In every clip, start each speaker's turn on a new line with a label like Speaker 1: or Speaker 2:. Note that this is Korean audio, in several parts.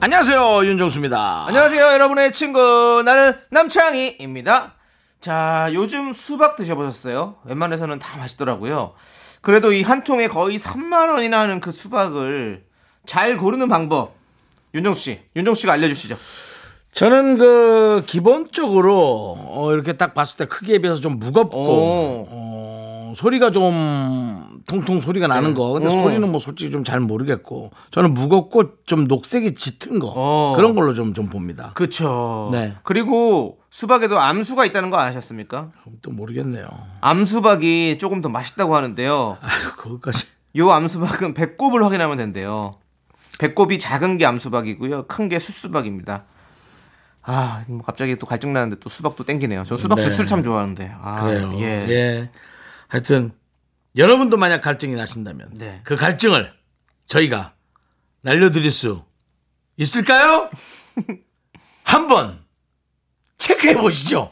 Speaker 1: 안녕하세요 어, 윤정수입니다.
Speaker 2: 안녕하세요, 여러분의 친구. 나는 남창희입니다. 자, 요즘 수박 드셔보셨어요? 웬만해서는 다 맛있더라고요. 그래도 이 한 통에 거의 3만원이나 하는 그 수박을 잘 고르는 방법. 윤정수씨, 윤정수씨가 알려주시죠.
Speaker 1: 저는 그 기본적으로 어, 이렇게 딱 봤을 때 크기에 비해서 좀 무겁고
Speaker 2: 오.
Speaker 1: 어, 소리가 좀 통통 소리가 나는 거. 근데
Speaker 2: 오.
Speaker 1: 소리는 뭐 솔직히 좀 잘 모르겠고 저는 무겁고 좀 녹색이 짙은 거
Speaker 2: 어.
Speaker 1: 그런 걸로 좀 좀 봅니다.
Speaker 2: 그쵸.
Speaker 1: 네.
Speaker 2: 그리고 수박에도 암수가 있다는 거 아셨습니까?
Speaker 1: 그럼 또 모르겠네요.
Speaker 2: 암수박이 조금 더 맛있다고 하는데요.
Speaker 1: 아유 그것까지.
Speaker 2: 요 암수박은 배꼽을 확인하면 된대요. 배꼽이 작은 게 암수박이고요. 큰 게 숯수박입니다. 아, 뭐 갑자기 또 갈증 나는데 또 수박도 땡기네요. 저 수박
Speaker 1: 네.
Speaker 2: 주스를 참 좋아하는데. 아,
Speaker 1: 그래요.
Speaker 2: 예.
Speaker 1: 예. 하여튼 여러분도 만약 갈증이 나신다면
Speaker 2: 네.
Speaker 1: 그 갈증을 저희가 날려드릴 수 있을까요? 한번 체크해 보시죠.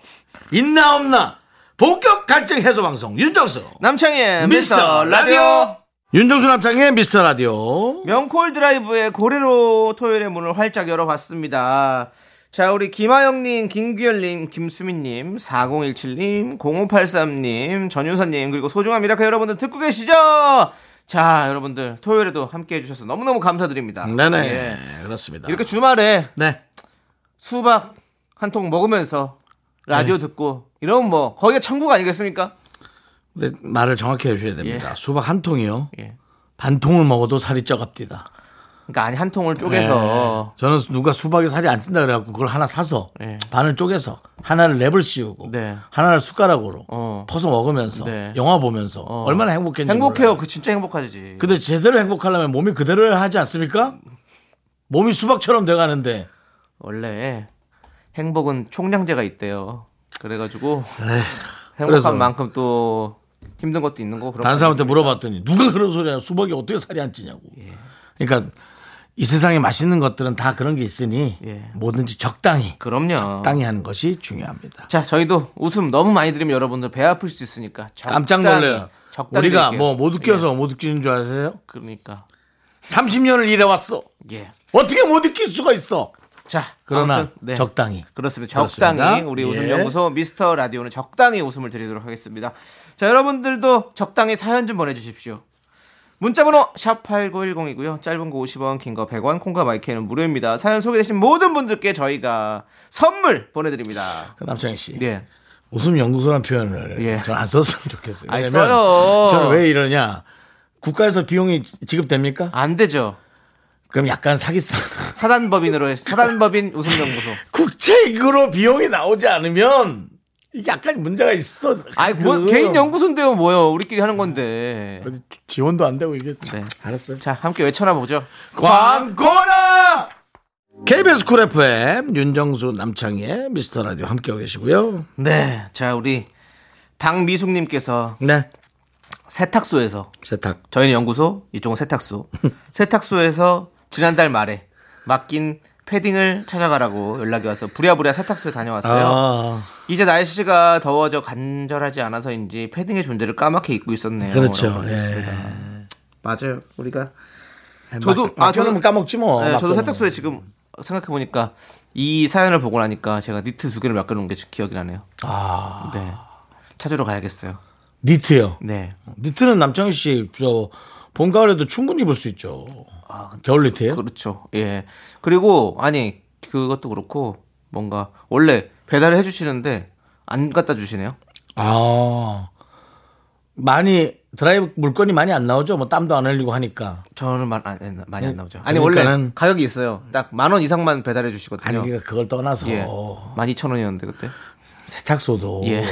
Speaker 1: 있나 없나 본격 갈증 해소 방송 윤정수
Speaker 2: 남창희의 네, 미스터 라디오.
Speaker 1: 윤정수 남창의 미스터 라디오
Speaker 2: 명콜 드라이브의 고래로 토요일의 문을 활짝 열어봤습니다. 자, 우리 김하영님, 김규열님, 김수민님, 4017님, 0583님, 전윤선님, 그리고 소중한 미라클 여러분들 듣고 계시죠? 자, 여러분들 토요일에도 함께 해주셔서 너무너무 감사드립니다.
Speaker 1: 네네
Speaker 2: 예.
Speaker 1: 그렇습니다.
Speaker 2: 이렇게 주말에
Speaker 1: 네
Speaker 2: 수박 한 통 먹으면서 라디오
Speaker 1: 네.
Speaker 2: 듣고 이러면 뭐 거기가 천국 아니겠습니까?
Speaker 1: 근데 말을 정확히 해주셔야 됩니다. 수박 한 통이요
Speaker 2: 예.
Speaker 1: 반 통을 먹어도 살이 쪄갑니다.
Speaker 2: 그러니까 아니 한 통을 쪼개서
Speaker 1: 네. 저는 누가 수박에 살이 안 찐다 그래갖고 그걸 하나 사서
Speaker 2: 어. 네.
Speaker 1: 반을 쪼개서 하나를 랩을 씌우고
Speaker 2: 네.
Speaker 1: 하나를 숟가락으로
Speaker 2: 어.
Speaker 1: 퍼서 먹으면서
Speaker 2: 네. 영화
Speaker 1: 영화 보면서 얼마나 행복했는지
Speaker 2: 행복해요.
Speaker 1: 몰라요.
Speaker 2: 그 진짜 행복하지.
Speaker 1: 근데 제대로 행복하려면 몸이 그대로 하지 않습니까? 몸이 수박처럼 돼가는데
Speaker 2: 원래 행복은 총량제가 있대요. 그래가지고 행복한
Speaker 1: 그래서.
Speaker 2: 만큼 또 힘든 것도 있는 거고 그런
Speaker 1: 다른
Speaker 2: 거
Speaker 1: 사람한테
Speaker 2: 아니겠습니까?
Speaker 1: 물어봤더니 누가 그런 소리야 수박이 어떻게 살이 안 찌냐고
Speaker 2: 예.
Speaker 1: 그러니까 이 세상에 맛있는 것들은 다 그런 게 있으니
Speaker 2: 예. 어.
Speaker 1: 뭐든지 적당히
Speaker 2: 그럼요.
Speaker 1: 적당히 하는 것이 중요합니다
Speaker 2: 자 저희도 웃음 너무 많이 들으면 여러분들 배 아플 수 있으니까 적당히,
Speaker 1: 깜짝 놀래요
Speaker 2: 적당히
Speaker 1: 우리가
Speaker 2: 드릴게요.
Speaker 1: 뭐 못
Speaker 2: 예,
Speaker 1: 웃겨서 못 웃기는 줄 아세요?
Speaker 2: 그러니까
Speaker 1: 30년을 일해왔어.
Speaker 2: 예.
Speaker 1: 어떻게 못 익힐 수가 있어?
Speaker 2: 자
Speaker 1: 그러나
Speaker 2: 아무튼, 네.
Speaker 1: 적당히.
Speaker 2: 그렇습니다. 적당히
Speaker 1: 그렇습니다.
Speaker 2: 우리
Speaker 1: 예.
Speaker 2: 웃음 연구소 미스터 라디오는 적당히 웃음을 드리도록 하겠습니다. 자, 여러분들도 적당히 사연 좀 보내 주십시오. 문자 번호 샵 8910이고요. 짧은 거 50원, 긴 거 100원, 콩과 마이크는 무료입니다. 사연 소개되신 모든 분들께 저희가 선물 보내 드립니다.
Speaker 1: 그 남창희 씨.
Speaker 2: 예.
Speaker 1: 웃음 연구소란 표현을
Speaker 2: 예.
Speaker 1: 저는 안 썼으면 좋겠어요.
Speaker 2: 아니,
Speaker 1: 왜냐면
Speaker 2: 써요.
Speaker 1: 저는 왜 이러냐? 국가에서 비용이 지급됩니까?
Speaker 2: 안 되죠.
Speaker 1: 그럼 약간 사기성.
Speaker 2: 사단법인으로 해- 사단법인 웃음 연구소.
Speaker 1: 국책으로 비용이 나오지 않으면 이게 약간 문제가 있어.
Speaker 2: 아이 뭐
Speaker 1: 그-
Speaker 2: 개인 연구소인데요, 뭐요? 우리끼리 하는 건데.
Speaker 1: 어디 지원도 안 되고 이게.
Speaker 2: 네.
Speaker 1: 알았어요.
Speaker 2: 자, 함께 외쳐나 보죠.
Speaker 1: 광고라! KBS 쿨 FM 윤정수 남창희의 미스터 라디오 함께하고 계시고요.
Speaker 2: 네. 자, 우리 박미숙 님께서
Speaker 1: 네.
Speaker 2: 세탁소에서
Speaker 1: 세탁.
Speaker 2: 저희는 연구소, 이쪽은 세탁소. 세탁소에서 지난달 말에 맡긴 패딩을 찾아가라고 연락이 와서 부랴부랴 세탁소에 다녀왔어요.
Speaker 1: 아,
Speaker 2: 이제 날씨가 더워져 간절하지 않아서인지 패딩의 존재를 까맣게 잊고 있었네요.
Speaker 1: 그렇죠.
Speaker 2: 라고
Speaker 1: 예.
Speaker 2: 보내주셨습니다. 맞아요. 우리가
Speaker 1: 저도
Speaker 2: 저도- 아,
Speaker 1: 아 저는
Speaker 2: 저는-
Speaker 1: 까먹지 뭐.
Speaker 2: 네, 저도
Speaker 1: 맞고는.
Speaker 2: 세탁소에 지금 생각해 보니까 이 사연을 보고 나니까 제가 니트 두 개를 맡겨놓은 게 기억이 나네요.
Speaker 1: 아
Speaker 2: 네. 찾으러 가야겠어요.
Speaker 1: 니트요.
Speaker 2: 네.
Speaker 1: 니트는 남창희 씨저 봄가을에도 충분히 입을 수 있죠. 겨울 니트예요?
Speaker 2: 아, 그렇죠. 예. 그리고 아니 그것도 그렇고 뭔가 원래 배달을 해주시는데 안 갖다 주시네요.
Speaker 1: 아 많이 드라이브 물건이 많이 안 나오죠. 뭐 땀도 안 흘리고 하니까.
Speaker 2: 저는 말, 안- 안- 많이 안 나오죠. 아니 원래
Speaker 1: 그러니까는-
Speaker 2: 가격이 있어요. 딱 만 원 이상만 배달해
Speaker 1: 아니
Speaker 2: 주시거든요.
Speaker 1: 그러니까 그걸 떠나서
Speaker 2: 예. 만 이천 원이었는데 그때.
Speaker 1: 세탁소도
Speaker 2: 예.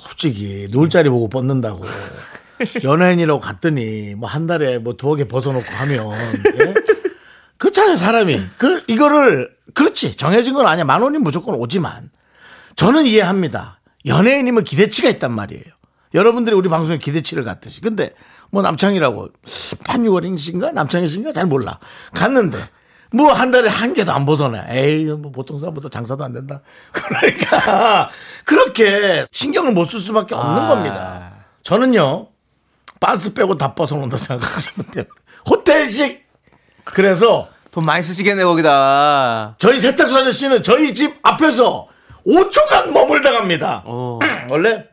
Speaker 1: 솔직히 놀 자리 보고 뻗는다고 연예인이라고 갔더니 뭐 한 달에 뭐 두어 개 벗어놓고 하면 예? 그렇잖아요, 사람이. 그, 이거를, 그렇지. 정해진 건 아니야. 만 원이 무조건 오지만. 저는 이해합니다. 연예인이면 기대치가 있단 말이에요. 여러분들이 우리 방송에 기대치를 갖듯이. 근데, 뭐 남창이라고, 판 6월인가? 남창이신가? 잘 몰라. 갔는데, 뭐 한 달에 한 개도 안 벗어나. 에이, 뭐 보통 사람보다 장사도 안 된다. 그러니까, 그렇게 신경을 못 쓸 수밖에 없는 겁니다. 저는요, 빤스 빼고 다 벗어놓는다 생각하시면 돼요. 호텔식! 그래서
Speaker 2: 돈 많이 쓰시겠네 거기다.
Speaker 1: 저희 세탁소 아저씨는 저희 집 앞에서 5초간 머물다 갑니다.
Speaker 2: 어.
Speaker 1: 원래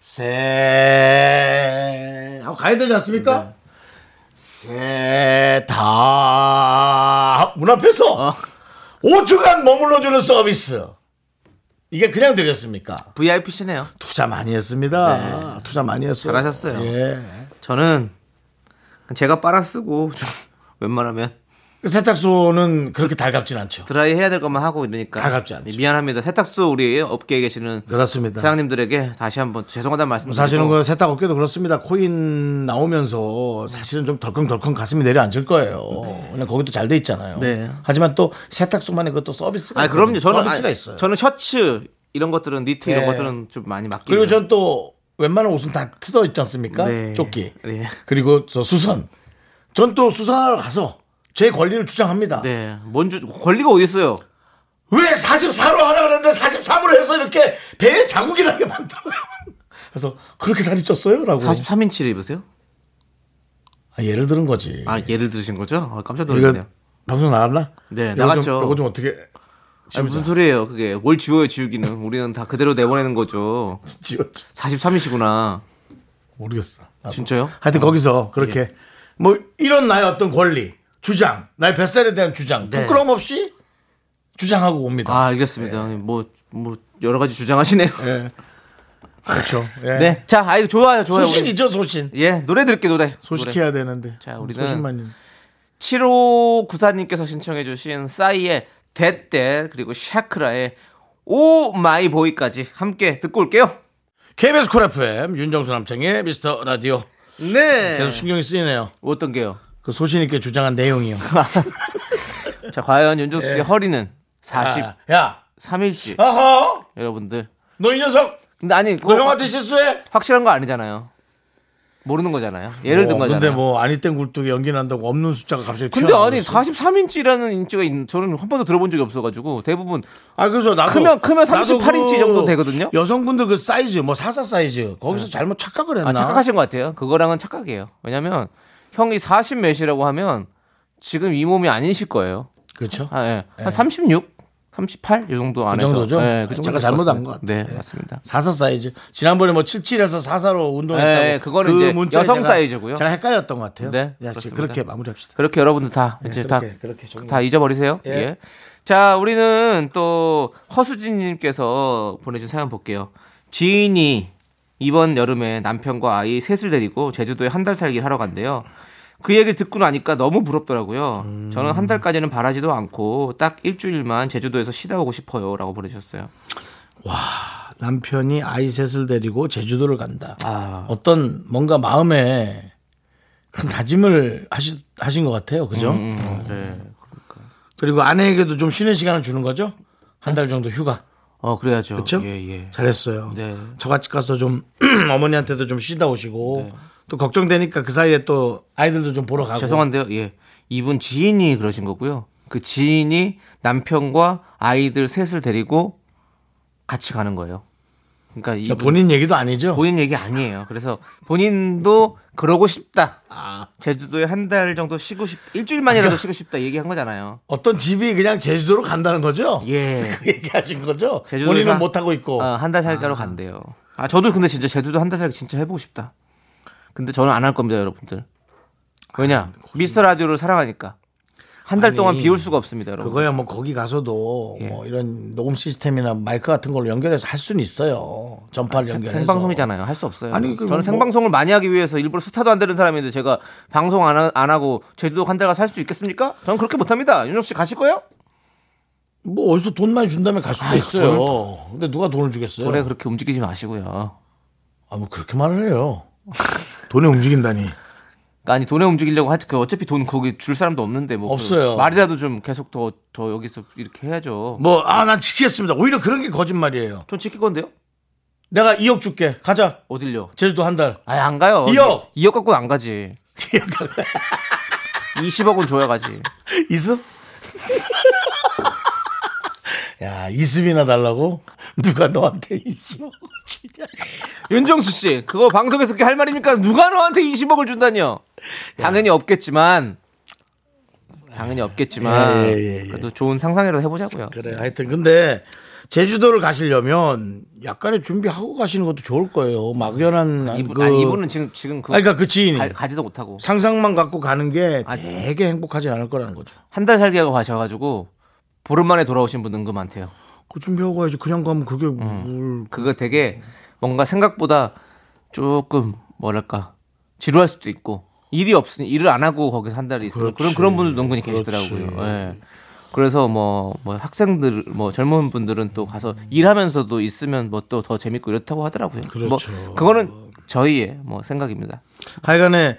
Speaker 1: 세 하고 가야 되지
Speaker 2: 네.
Speaker 1: 않습니까? 세다 문 앞에서
Speaker 2: 어.
Speaker 1: 5초간 머물러주는 서비스. 이게 그냥 되겠습니까?
Speaker 2: VIP시네요.
Speaker 1: 투자 많이 했습니다. 투자 많이 했어요.
Speaker 2: 네. 잘하셨어요.
Speaker 1: 예.
Speaker 2: 저는 제가 빨아 쓰고 좀 웬만하면
Speaker 1: 그 세탁소는 그렇게 달갑진 않죠.
Speaker 2: 드라이 해야 될 것만 하고 이러니까
Speaker 1: 다갑지 않죠.
Speaker 2: 미안합니다. 세탁소 우리 업계에 계시는
Speaker 1: 그렇습니다.
Speaker 2: 사장님들에게 다시 한번 죄송하다는 말씀.
Speaker 1: 사실은 그 세탁업계도 그렇습니다. 코인 나오면서 사실은 좀 덜컹덜컹 가슴이 내려앉을 거예요. 그냥 거기도 잘 돼 있잖아요.
Speaker 2: 네.
Speaker 1: 하지만 또 세탁소만의 그것도 서비스가
Speaker 2: 아 그럼요. 저는
Speaker 1: 서비스가
Speaker 2: 아니,
Speaker 1: 네, 있어요.
Speaker 2: 저는 셔츠 이런 것들은 니트
Speaker 1: 예.
Speaker 2: 이런 것들은 좀 많이 맡기고
Speaker 1: 그리고 전 또 웬만한 옷은 다 뜯어 있지 않습니까?
Speaker 2: 네.
Speaker 1: 조끼.
Speaker 2: 네.
Speaker 1: 그리고 저 수선. 전 또 수선하러 가서 제 권리를 주장합니다.
Speaker 2: 네. 뭔주 권리가 어디 있어요?
Speaker 1: 왜 44로 하라 그랬는데 43으로 해서 이렇게 배에 자국이 나게 만들어요. 그래서 그렇게 살이 쪘어요? 라고.
Speaker 2: 43인치를 입으세요?
Speaker 1: 아, 예를 들은 거지.
Speaker 2: 아 예를 들으신 거죠? 아, 깜짝
Speaker 1: 이거
Speaker 2: 놀랐네요.
Speaker 1: 방송 나갔나?
Speaker 2: 네,
Speaker 1: 요거
Speaker 2: 나갔죠.
Speaker 1: 좀, 요거 좀 어떻게
Speaker 2: 아니, 무슨 소리예요? 그게 뭘 지워요 지우기는 우리는 다 그대로 내보내는 거죠.
Speaker 1: 지었지?
Speaker 2: 43이시구나.
Speaker 1: 모르겠어. 나도.
Speaker 2: 진짜요? 예.
Speaker 1: 하여튼 거기서 그렇게 뭐 이런 나의 어떤 권리, 주장, 나의 뱃살에 대한 주장
Speaker 2: 네.
Speaker 1: 부끄럼 없이 주장하고 옵니다.
Speaker 2: 아 알겠습니다.
Speaker 1: 네.
Speaker 2: 뭐, 뭐 여러 가지 주장하시네요.
Speaker 1: 그렇죠. 예.
Speaker 2: 네. 자, 아이 좋아요, 좋아요. 우리.
Speaker 1: 소신이죠, 소신.
Speaker 2: 예, 노래 들을게 노래. 노래.
Speaker 1: 소식해야 되는데.
Speaker 2: 자, 우리는
Speaker 1: 소신만
Speaker 2: 7호 구사님께서 신청해주신 싸이의 대때 그리고 샤크라의 오 마이 보이까지 함께 듣고 올게요.
Speaker 1: KBS 쿨 FM 윤정수 남창의 미스터 라디오
Speaker 2: 네.
Speaker 1: 계속 신경이 쓰이네요.
Speaker 2: 어떤 게요?
Speaker 1: 그 소신 있게 주장한 내용이요.
Speaker 2: 자, 과연 윤정수
Speaker 1: 네.
Speaker 2: 씨의 허리는 43일지
Speaker 1: 아, 야, 어허,
Speaker 2: 여러분들.
Speaker 1: 너 이 녀석,
Speaker 2: 근데 아니 그거
Speaker 1: 아. 너 형한테 실수해.
Speaker 2: 확실한 거 아니잖아요. 모르는 거잖아요. 예를 든
Speaker 1: 뭐,
Speaker 2: 거잖아요.
Speaker 1: 근데 뭐 아닐 땐 굴뚝에 연기 난다고 없는 숫자가 갑자기
Speaker 2: 근데
Speaker 1: 튀어나오고
Speaker 2: 아니
Speaker 1: 있어.
Speaker 2: 43인치라는 인치가 있는 저는 한 번도 들어본 적이 없어가지고 대부분
Speaker 1: 아 그래서 나도
Speaker 2: 크면- 크면
Speaker 1: 나도 그
Speaker 2: 38 인치 정도 되거든요?
Speaker 1: 여성분들 그 사이즈 뭐 사사 사이즈 거기서 잘못 착각을 했나?
Speaker 2: 아, 착각하신 것 같아요. 그거랑은 착각이에요. 왜냐면 형이 40 몇이라고 하면 지금 이 몸이 아니실 거예요.
Speaker 1: 그렇죠.
Speaker 2: 아, 예. 한 36, 38 이 정도 안에서.
Speaker 1: 정도죠?
Speaker 2: 예, 그 정도
Speaker 1: 제가
Speaker 2: 될것
Speaker 1: 잘못한
Speaker 2: 같습니다.
Speaker 1: 것 같아요.
Speaker 2: 네,
Speaker 1: 예.
Speaker 2: 맞습니다.
Speaker 1: 사사 사이즈. 지난번에 뭐 77에서 사사로 운동했다고.
Speaker 2: 예, 그거는 이제
Speaker 1: 문자에
Speaker 2: 여성
Speaker 1: 제가-
Speaker 2: 사이즈고요.
Speaker 1: 제가 헷갈렸던 것 같아요.
Speaker 2: 네,
Speaker 1: 야,
Speaker 2: 그렇습니다.
Speaker 1: 그렇게 마무리합시다. 네,
Speaker 2: 그렇게 여러분들 다 이제 다
Speaker 1: 예, 그렇게, 그렇게 정리.
Speaker 2: 다 잊어버리세요. 예. 자, 우리는 또 허수진님께서 보내준 사연 볼게요. 지인이 이번 여름에 남편과 아이 셋을 데리고 제주도에 한 달 살기를 하러 간대요. 그 얘기를 듣고 나니까 너무 부럽더라고요.
Speaker 1: 음.
Speaker 2: 저는 한 달까지는 바라지도 않고 딱 일주일만 제주도에서 쉬다 오고 싶어요. 라고 보내주셨어요.
Speaker 1: 남편이 아이 셋을 데리고 제주도를 간다.
Speaker 2: 아.
Speaker 1: 어떤 뭔가 마음에 큰 다짐을 하시, 하신 것 같아요. 그죠?
Speaker 2: 음, 네.
Speaker 1: 그리고 아내에게도 좀 쉬는 시간을 주는 거죠? 한 달 정도 휴가.
Speaker 2: 어, 그래야죠.
Speaker 1: 그쵸?
Speaker 2: 예, 예.
Speaker 1: 잘했어요.
Speaker 2: 네.
Speaker 1: 저같이 가서 좀 어머니한테도 좀 쉬다 오시고 또 걱정되니까 그 사이에 또 아이들도 좀 보러 가고.
Speaker 2: 네. 죄송한데요. 예. 이분 지인이 그러신 거고요. 그 지인이 남편과 아이들 셋을 데리고 같이 가는 거예요. 그러니까 이 본인,
Speaker 1: 본인 얘기도 아니죠?
Speaker 2: 본인 얘기 아니에요. 그래서 본인도 그러고 싶다.
Speaker 1: 아,
Speaker 2: 제주도에 한 달 정도 쉬고 싶, 일주일만이라도 쉬고 싶다 얘기한 거잖아요.
Speaker 1: 어떤 집이 그냥 제주도로 간다는 거죠?
Speaker 2: 예.
Speaker 1: 그 얘기하신 거죠?
Speaker 2: 제주도에서
Speaker 1: 본인은
Speaker 2: 한-
Speaker 1: 못 하고 있고.
Speaker 2: 아, 한 달 살기로 간대요. 아 저도 근데 진짜 제주도 한 달 살기 진짜 해보고 싶다. 근데 저는 안 할 겁니다, 여러분들. 왜냐 미스터 라디오를 사랑하니까 한 달
Speaker 1: 아니,
Speaker 2: 동안 비울 수가 없습니다, 여러분.
Speaker 1: 그거야 뭐 거기 가서도
Speaker 2: 예.
Speaker 1: 뭐 이런 녹음 시스템이나 마이크 같은 걸로 연결해서 할 수는 있어요. 전파를
Speaker 2: 아, 생-
Speaker 1: 연결해서.
Speaker 2: 생방송이잖아요. 할 수 없어요.
Speaker 1: 아니, 그
Speaker 2: 저는
Speaker 1: 뭐-
Speaker 2: 생방송을 많이 하기 위해서 일부러 스타도 안 되는 사람인데 제가 방송 안, 하, 고 제주도 한 달가 살 수 있겠습니까? 저는 그렇게 못합니다. 윤정 씨 가실 거예요?
Speaker 1: 뭐 어디서 돈 많이 준다면 갈 수도
Speaker 2: 아이고,
Speaker 1: 있어요.
Speaker 2: 돈을
Speaker 1: 근데 누가 돈을 주겠어요?
Speaker 2: 올해 그렇게 그러니까 움직이지 마시고요.
Speaker 1: 아, 뭐 그렇게 말을 해요. 돈이 움직인다니.
Speaker 2: 아니 돈에 움직이려고 하지 그 어차피 돈 거기 줄 사람도 없는데 뭐
Speaker 1: 없어요.
Speaker 2: 그 말이라도 좀 계속 더 더 여기서 이렇게 해야죠.
Speaker 1: 뭐, 아, 난 지키겠습니다. 오히려 그런 게 거짓말이에요.
Speaker 2: 전 지킬 건데요.
Speaker 1: 내가 2억 줄게. 가자.
Speaker 2: 어딜요?
Speaker 1: 제주도 한 달.
Speaker 2: 아예 안 가요.
Speaker 1: 이억!
Speaker 2: 이억 갖고 안 가지. 20억은 줘야 가지.
Speaker 1: 이습? 야, 이습이나 달라고? 누가 너한테 이습?
Speaker 2: 윤정수 씨, 그거 방송에서 그렇게 할 말입니까? 누가 너한테 20억을 준다뇨? 당연히 없겠지만, 당연히 없겠지만,
Speaker 1: 예, 예, 예, 예.
Speaker 2: 그래도 좋은 상상이라도 해보자고요.
Speaker 1: 그래, 하여튼. 근데 제주도를 가시려면 약간의 준비하고 가시는 것도 좋을 거예요. 막연한.
Speaker 2: 이분,
Speaker 1: 그...
Speaker 2: 아, 이분은 지금, 지금 그,
Speaker 1: 아니, 그러니까 그 지인이.
Speaker 2: 가, 지도 못하고,
Speaker 1: 상상만 갖고 가는 게
Speaker 2: 아,
Speaker 1: 되게 행복하지 않을 거라는 거죠.
Speaker 2: 한 달 살기하고 가셔가지고, 보름 만에 돌아오신 분 은근 많대요.
Speaker 1: 그 준비하고 가야지. 그냥 가면 그게
Speaker 2: 음.
Speaker 1: 뭘.
Speaker 2: 그거 되게 뭔가 생각보다 조금, 뭐랄까, 지루할 수도 있고, 일이 없으니, 일을 안 하고 거기서 한 달이 있어요. 그런,
Speaker 1: 그렇지.
Speaker 2: 그런 분들도 은근히
Speaker 1: 그렇지.
Speaker 2: 계시더라고요. 예. 그래서 뭐, 뭐 학생들 뭐 젊은 분들은 또 가서 일하면서도 있으면 뭐 또 더 재밌고 이렇다고 하더라고요.
Speaker 1: 그렇죠.
Speaker 2: 뭐 그거는 저희의 뭐 생각입니다.
Speaker 1: 하여간에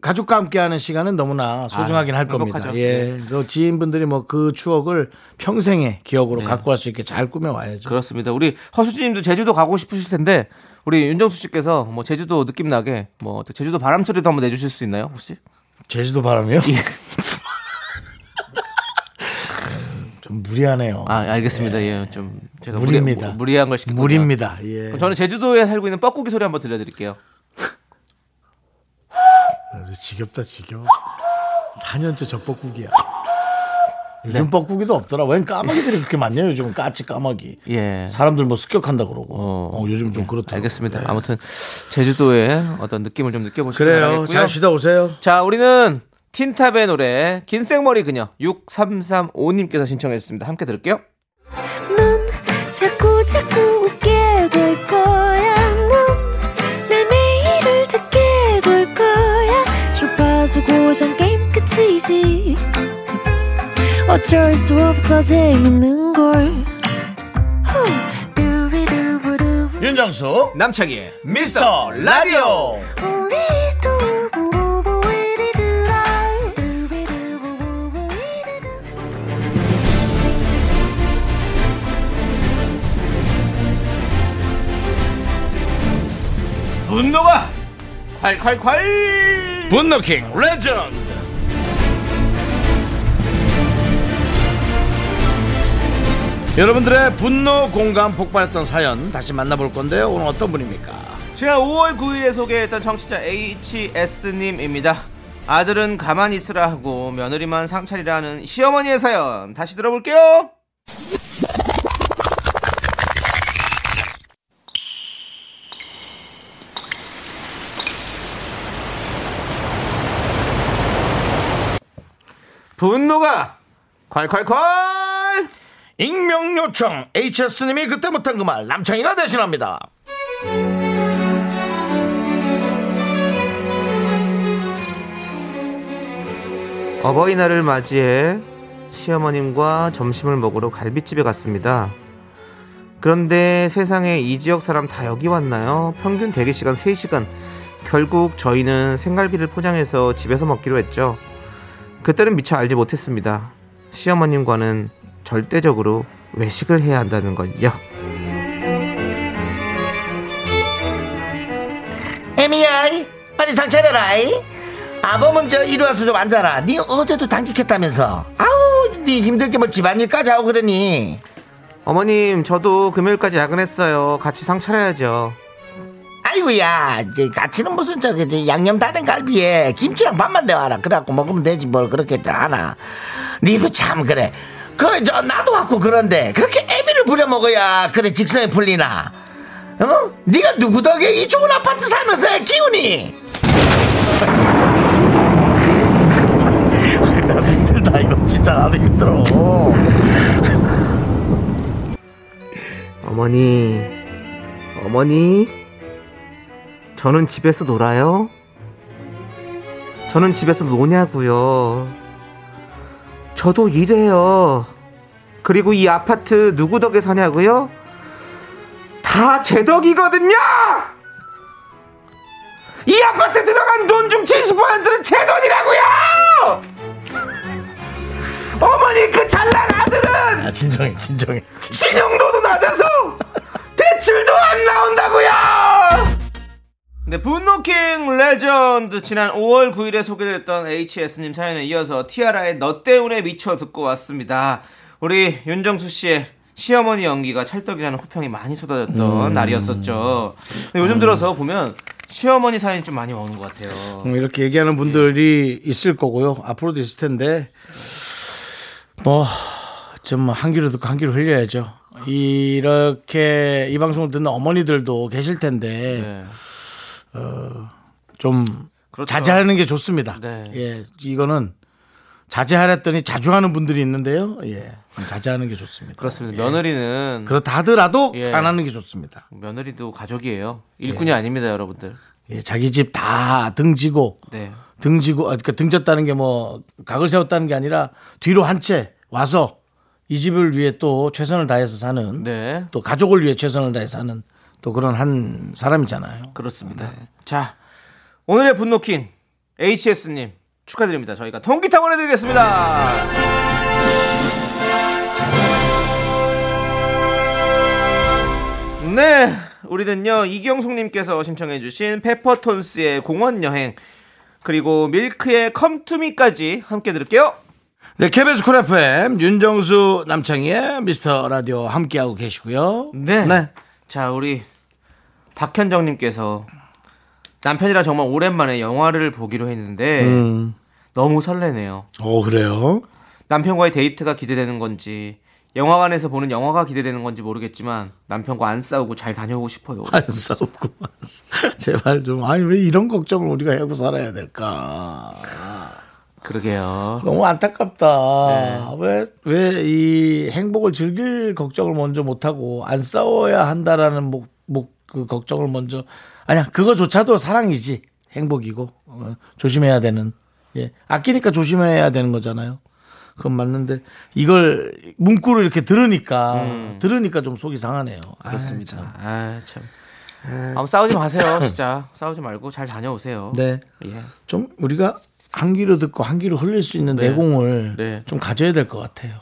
Speaker 1: 가족과 함께하는 시간은 너무나 소중하긴
Speaker 2: 아,
Speaker 1: 할 겁니다.
Speaker 2: 행복하죠.
Speaker 1: 예, 그 지인분들이 뭐 그 추억을 평생의 기억으로 갖고 갈 수 있게 잘 꾸며와야죠.
Speaker 2: 네. 그렇습니다. 우리 허수진님도 제주도 가고 싶으실 텐데 우리 윤정수 씨께서 뭐 제주도 느낌 나게 뭐 어떻게 제주도 바람 소리도 한번 내주실 수 있나요 혹시?
Speaker 1: 제주도 바람이요?
Speaker 2: 예.
Speaker 1: 좀 무리하네요.
Speaker 2: 아 알겠습니다. 예, 좀 제가 무리,
Speaker 1: 무리입니다.
Speaker 2: 무리한 걸 시켰군요.
Speaker 1: 무리입니다. 예.
Speaker 2: 그럼 저는 제주도에 살고 있는 뻐꾸기 소리 한번 들려드릴게요.
Speaker 1: 지겹다 지겨. 4년째 저 뻐꾸기야.
Speaker 2: 네.
Speaker 1: 요즘 뻐꾸기도 없더라. 웬 까마귀들이 그렇게 많냐 요즘은 까치 까마귀.
Speaker 2: 예.
Speaker 1: 사람들 뭐 습격한다 그러고.
Speaker 2: 어.
Speaker 1: 어, 요즘 좀 그렇다.
Speaker 2: 알겠습니다. 아무튼 제주도의 어떤 느낌을 좀 느껴보시기
Speaker 1: 그래요.
Speaker 2: 바라겠고요.
Speaker 1: 잘 쉬다 오세요.
Speaker 2: 자, 우리는 틴탑의 노래 긴 생머리 그녀 6335님께서 신청했습니다. 함께 들을게요.
Speaker 3: 넌 자꾸 자꾸 웃게 될 거야. 넌내 매일을 듣게 될 거야. 주파수 고정 게임 끝이지. 어쩔 수 없어 재밌는 걸. 후. 두비두부두.
Speaker 1: 윤정수
Speaker 2: 남창희의
Speaker 1: 미스터 라디오.
Speaker 3: 우리 두부부부 우리 두라. 두비두부부부 우리 두라.
Speaker 2: 분노가 콸콸콸
Speaker 1: 분노킹 레전드. 여러분들의 분노 공감 폭발했던 사연 다시 만나볼 건데요. 오늘 어떤 분입니까?
Speaker 2: 지난 5월 9일에 소개했던 청취자 HS님입니다. 아들은 가만히 있으라 하고 며느리만 상차리라는 시어머니의 사연 다시 들어볼게요. 분노가 콸콸콸!
Speaker 1: 익명 요청 HS님이 그때 못한 그 말 남창희가 대신합니다.
Speaker 2: 어버이날을 맞이해 시어머님과 점심을 먹으러 갈비집에 갔습니다. 그런데 세상에 이 지역 사람 다 여기 왔나요? 평균 대기 시간 3시간. 결국 저희는 생갈비를 포장해서 집에서 먹기로 했죠. 그때는 미처 알지 못했습니다. 시어머님과는 절대적으로 외식을 해야 한다는 걸요.
Speaker 1: 에미야이 빨리 상차려라이 아범은 저 이리 와서 좀 앉아라 니 어제도 당직했다면서 아우 니 힘들게 뭐 집안일까지 하고 그러니
Speaker 2: 어머님, 저도 금요일까지 야근했어요. 같이 상 차려야죠.
Speaker 1: 아이고야 이제 같이는 무슨 저기 저 양념 다된 갈비에 김치랑 밥만 내와라 그래갖고 먹으면 되지 뭘 그렇게 하나 니도 참 그래 그 저 나도 갖고 그런데 그렇게 애비를 부려 먹어야 그래 직성이 풀리나 어? 니가 누구 덕에 이 좋은 아파트 살면서 애 키우니 나도 힘들다 이거 진짜 나도 힘들어
Speaker 2: 어머니, 어머니, 저는 집에서 놀아요. 저는 집에서 노냐고요. 저도 일해요. 그리고 이 아파트 누구 덕에 사냐고요? 다 제 덕이거든요. 이 아파트 들어간 돈 중 70%는 제 돈이라고요! 어머니 그 잘난 아들은
Speaker 4: 아, 진정해, 진정해. 진정해.
Speaker 2: 신용도도 낮아서 대출도 안 나온다고요. 네, 분노킹 레전드 지난 5월 9일에 소개됐던 HS님 사연에 이어서 티아라의 너 때문에 미쳐 듣고 왔습니다. 우리 윤정수 씨의 시어머니 연기가 찰떡이라는 호평이 많이
Speaker 4: 음.
Speaker 2: 쏟아졌던 날이었었죠. 근데 요즘 들어서 보면 시어머니 사연이 좀 많이 오는 것 같아요.
Speaker 4: 음, 이렇게 얘기하는 분들이 있을 거고요. 앞으로도 있을 텐데, 뭐, 좀한 귀로 듣고 한 귀로 흘려야죠. 이렇게 이 방송을 듣는 어머니들도 계실
Speaker 2: 네.
Speaker 4: 텐데, 좀
Speaker 2: 그렇죠.
Speaker 4: 자제하는 게 좋습니다.
Speaker 2: 네.
Speaker 4: 예, 이거는 자제하랬더니 자주 하는 분들이 있는데요. 예, 자제하는 게 좋습니다.
Speaker 2: 그렇습니다.
Speaker 4: 예.
Speaker 2: 며느리는
Speaker 4: 그렇다 하더라도
Speaker 2: 예.
Speaker 4: 안 하는 게 좋습니다.
Speaker 2: 며느리도 가족이에요. 일꾼이 아닙니다, 여러분들.
Speaker 4: 예, 자기 집 다 등지고
Speaker 2: 네.
Speaker 4: 등지고 아, 그러니까 등졌다는 게 뭐 각을 세웠다는 게 아니라 뒤로 한 채 와서 이 집을 위해 또 최선을 다해서 사는
Speaker 2: 네.
Speaker 4: 또 가족을 위해 최선을 다해서 사는 또 그런 한 사람이잖아요.
Speaker 2: 그렇습니다. 자, 오늘의 분노킨 HS님 축하드립니다. 저희가 통기타 보내드리겠습니다. 네, 우리는요 이경숙님께서 신청해주신 페퍼톤스의 공원 여행 그리고 밀크의 컴투미까지 함께 들을게요.
Speaker 4: 네, KBS 쿨 FM 윤정수 남창희의 미스터 라디오 함께하고 계시고요.
Speaker 2: 네. 자, 우리 박현정님께서 남편이랑 정말 오랜만에 영화를 보기로 했는데
Speaker 4: 음.
Speaker 2: 너무 설레네요.
Speaker 4: 오 어, 그래요?
Speaker 2: 남편과의 데이트가 기대되는 건지 영화관에서 보는 영화가 기대되는 건지 모르겠지만 남편과 안 싸우고 잘 다녀오고 싶어요.
Speaker 4: 안 싸우고 왔어. 아, 제발 좀 아니 왜 이런 걱정을 우리가 하고 살아야 될까?
Speaker 2: 그러게요.
Speaker 4: 너무 안타깝다. 왜 왜 이 행복을 즐길 걱정을 먼저 못 하고 안 싸워야 한다라는 목목그 걱정을 먼저 아니야 그거조차도 사랑이지 행복이고 어, 조심해야 되는 예 아끼니까 조심해야 되는 거잖아요. 그건 맞는데 이걸 문구로 이렇게 들으니까 들으니까 좀 속이 상하네요. 음. 그렇습니다.
Speaker 2: 아 참. 아무 싸우지 마세요, 진짜. 싸우지 말고 잘 다녀오세요.
Speaker 4: 네.
Speaker 2: 예.
Speaker 4: 좀 우리가 한 귀로 듣고 한 귀로 흘릴 수 있는
Speaker 2: 네.
Speaker 4: 내공을
Speaker 2: 네.
Speaker 4: 좀 가져야 될 것 같아요.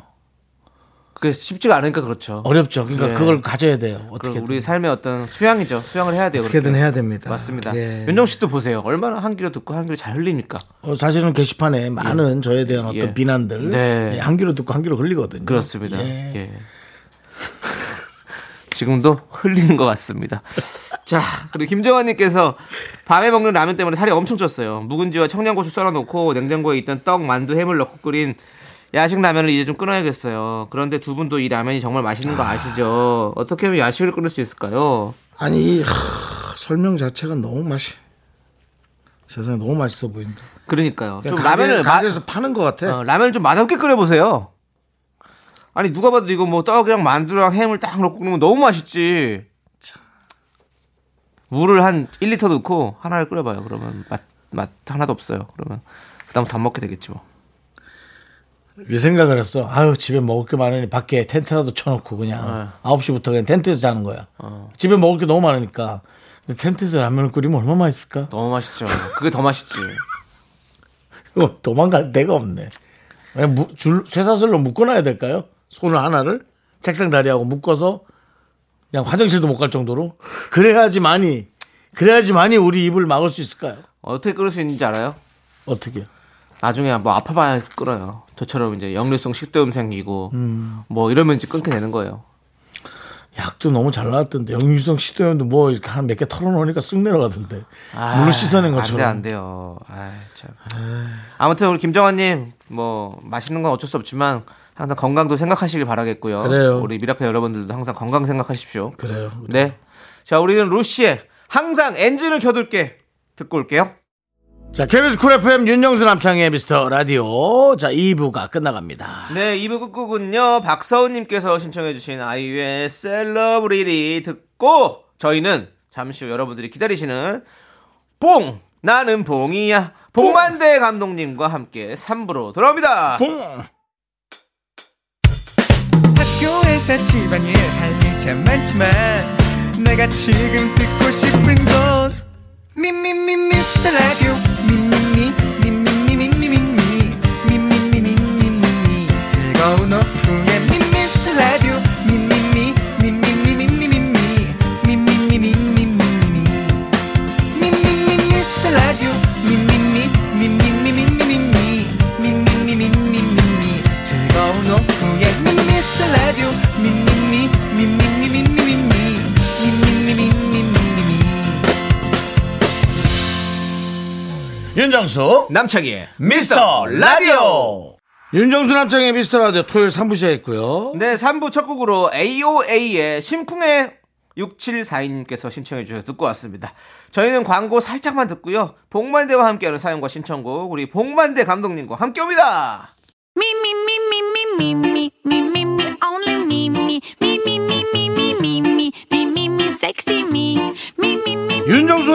Speaker 2: 그게 쉽지가 않으니까 그렇죠.
Speaker 4: 어렵죠. 그러니까
Speaker 2: 네.
Speaker 4: 그걸 가져야 돼요.
Speaker 2: 그리고
Speaker 4: 어떻게든
Speaker 2: 우리 삶의 어떤 수양이죠. 수양을 해야 돼요.
Speaker 4: 어떻게든
Speaker 2: 그렇게.
Speaker 4: 해야 됩니다.
Speaker 2: 맞습니다.
Speaker 4: 예.
Speaker 2: 윤정 씨도 보세요. 얼마나 한 귀로 듣고 한 귀로 잘 흘립니까?
Speaker 4: 어, 사실은 게시판에 많은 저에 대한 어떤
Speaker 2: 예.
Speaker 4: 비난들
Speaker 2: 네.
Speaker 4: 예, 한 귀로 듣고 한 귀로 흘리거든요.
Speaker 2: 그렇습니다.
Speaker 4: 예.
Speaker 2: 예. 지금도 흘리는 것 같습니다. 자, 그리고 김정환님께서 밤에 먹는 라면 때문에 살이 엄청 쪘어요. 묵은지와 청양고추 썰어놓고 냉장고에 있던 떡, 만두, 해물 넣고 끓인 야식 라면을 이제 좀 끊어야겠어요. 그런데 두 분도 이 라면이 정말 맛있는 거 아시죠? 어떻게 하면 야식을 끊을 수 있을까요?
Speaker 4: 아니 이 하, 설명 자체가 너무 맛이 세상에 너무 맛있어 보인다.
Speaker 2: 그러니까요. 좀
Speaker 4: 가게-
Speaker 2: 라면을 마-
Speaker 4: 가게에서 파는 것 같아.
Speaker 2: 어, 라면을 좀 맛없게 끓여 보세요. 아니 누가 봐도 이거 뭐 떡이랑 만두랑 햄을 딱 넣고 끓으면 너무 맛있지. 물을 한 1리터 넣고 하나를 끓여봐요. 그러면 맛, 맛 하나도 없어요. 그러면 그다음부터 안 먹게 되겠지 뭐.
Speaker 4: 이 생각을 했어. 아유 집에 먹을 게 많으니 밖에 텐트라도 쳐놓고
Speaker 2: 어.
Speaker 4: 그냥 아홉 시부터 그냥 텐트에서 자는 거야. 집에 먹을 게 너무 많으니까 근데 텐트에서 라면을 끓이면 얼마나 맛있을까?
Speaker 2: 너무 맛있죠. 그게 더 맛있지.
Speaker 4: 이거 도망갈 데가 없네. 그냥 무- 줄 쇠사슬로 묶어놔야 될까요? 손을 하나를 책상 다리하고 묶어서 그냥 화장실도 못 갈 정도로 그래야지 많이 그래야지 많이 우리 입을 막을 수 있을까요?
Speaker 2: 어떻게 끓일 수 있는지 알아요?
Speaker 4: 어떻게?
Speaker 2: 나중에 뭐 아파봐야 끓어요. 저처럼 이제 역류성 식도염 생기고 뭐 이러면 이제 끊게 되는 거예요.
Speaker 4: 약도 너무 잘 나왔던데 영유성 시도염도 뭐 이렇게 한 몇 개 털어놓으니까 쑥 내려가던데 물로 씻어낸 것처럼
Speaker 2: 아, 안돼안 돼요. 아 참. 아무튼 우리 김정환님 뭐 맛있는 건 어쩔 수 없지만 항상 건강도 생각하시길 바라겠고요.
Speaker 4: 그래요.
Speaker 2: 우리 미라클 여러분들도 항상 건강 생각하십시오.
Speaker 4: 그래요.
Speaker 2: 네. 자 우리는 루시의 항상 엔진을 켜둘게 듣고 올게요.
Speaker 4: 자 KBS 쿨 FM 윤정수 남창의 미스터 라디오 자 2부가 끝나갑니다.
Speaker 2: 네, 2부 끝곡은요, 박서은님께서 신청해주신 아이유의 셀러브리티 듣고, 저희는 잠시 후 여러분들이 기다리시는 봉! 나는 봉이야. 봉만대 감독님과 함께 3부로 돌아옵니다.
Speaker 5: 학교에서 집안일 할 일 참 많지만 내가 지금 듣고 싶은 건
Speaker 6: 미미미 미스터 라디오 미미미 미미미 미미미 미미미 미미미 즐거운 오후에 미스터 라디오 미미미 미미미 미미미 미미미 미미미
Speaker 7: 윤정수
Speaker 2: 남창희의
Speaker 7: 미스터 라디오
Speaker 4: 윤정수 남창의 미스터 라디오 토요일 3부 시작했고요.
Speaker 2: 네, 3부 첫 곡으로 AOA의 심쿵의 6742님께서 신청해 주셔서 듣고 왔습니다. 저희는 광고 살짝만 듣고요. 복만대와 함께하는 사연과 신청곡 우리 복만대 감독님과 함께 옵니다.
Speaker 8: Me, me, me, me, me, me, me, me, me, me, only me, me, me, me, me, me, me, me, me, me, me, me, sexy me, me, me, me.
Speaker 4: 윤정수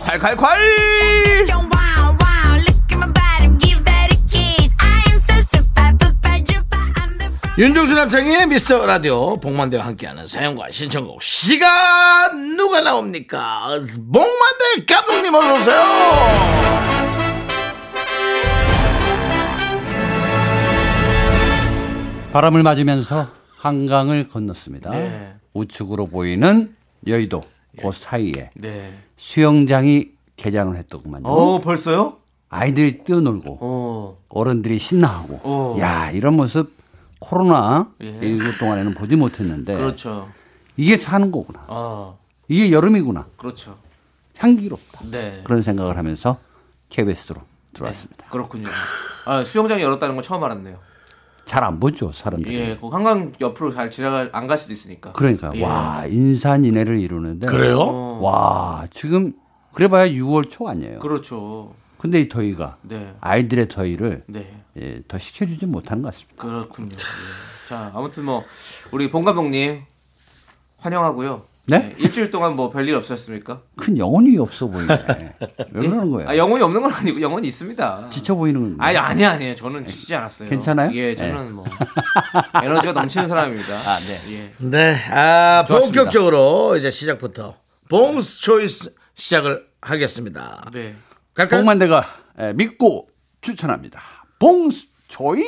Speaker 2: 콸콸콸!
Speaker 8: Don't wow, wow, look at my bottom, give that a kiss. I am so super, super, duper, I'm the pro.
Speaker 4: 윤정수 남창의 미스터 라디오 복만대와 함께하는 사연과 신청곡 시간 누가 나옵니까? 복만대 감독님 어서 오세요.
Speaker 5: 바람을 맞으면서 한강을 건넜습니다.
Speaker 4: 네.
Speaker 5: 우측으로 보이는 여의도 그 사이에
Speaker 2: 네.
Speaker 5: 수영장이 개장을 했더구만요.
Speaker 2: 어, 벌써요?
Speaker 5: 아이들이 뛰어놀고
Speaker 2: 어.
Speaker 5: 어른들이 신나하고
Speaker 2: 어. 예.
Speaker 5: 야 이런 모습 코로나 19 동안에는 보지 못했는데
Speaker 2: 그렇죠.
Speaker 5: 이게 사는 거구나.
Speaker 2: 어.
Speaker 5: 이게 여름이구나.
Speaker 2: 그렇죠.
Speaker 5: 향기롭다.
Speaker 2: 네.
Speaker 5: 그런 생각을 하면서 KBS로 들어왔습니다.
Speaker 2: 그렇군요. 아, 수영장 열었다는 건 처음 알았네요.
Speaker 5: 잘 안 보죠 사람들이.
Speaker 2: 예, 그 한강 옆으로 잘 지나갈 안 갈 수도 있으니까.
Speaker 5: 그러니까
Speaker 2: 예.
Speaker 5: 와 인산인해를 이루는데
Speaker 4: 그래요?
Speaker 5: 와 지금 그래봐야 6월 초 아니에요.
Speaker 2: 그렇죠.
Speaker 5: 근데 이 더위가
Speaker 2: 네.
Speaker 5: 아이들의 더위를
Speaker 2: 네.
Speaker 5: 예, 더 식혀주지 못한 것 같습니다.
Speaker 2: 그렇군요. 예. 자, 아무튼 뭐 우리 봉 감독님 환영하고요.
Speaker 5: 네?
Speaker 2: 예, 일주일 동안 뭐 별일 없으셨습니까?
Speaker 5: 큰 영혼이 없어 보이네. 왜 그러는 거예요?
Speaker 2: 아, 영혼이 없는 건 아니고 영혼이 있습니다.
Speaker 5: 지쳐 보이는 건데.
Speaker 2: 아니, 아니, 아니에요. 저는 지치지 않았어요.
Speaker 5: 괜찮아요? 네.
Speaker 2: 예, 저는 뭐 에너지가 넘치는 사람입니다. 아, 네. 예.
Speaker 4: 네. 아,
Speaker 5: 좋았습니다.
Speaker 4: 본격적으로 이제 시작부터 봉스 초이스 시작을 하겠습니다.
Speaker 2: 네.
Speaker 4: 갈까요?
Speaker 5: 복만대가 예, 믿고 추천합니다. 봉스 초이.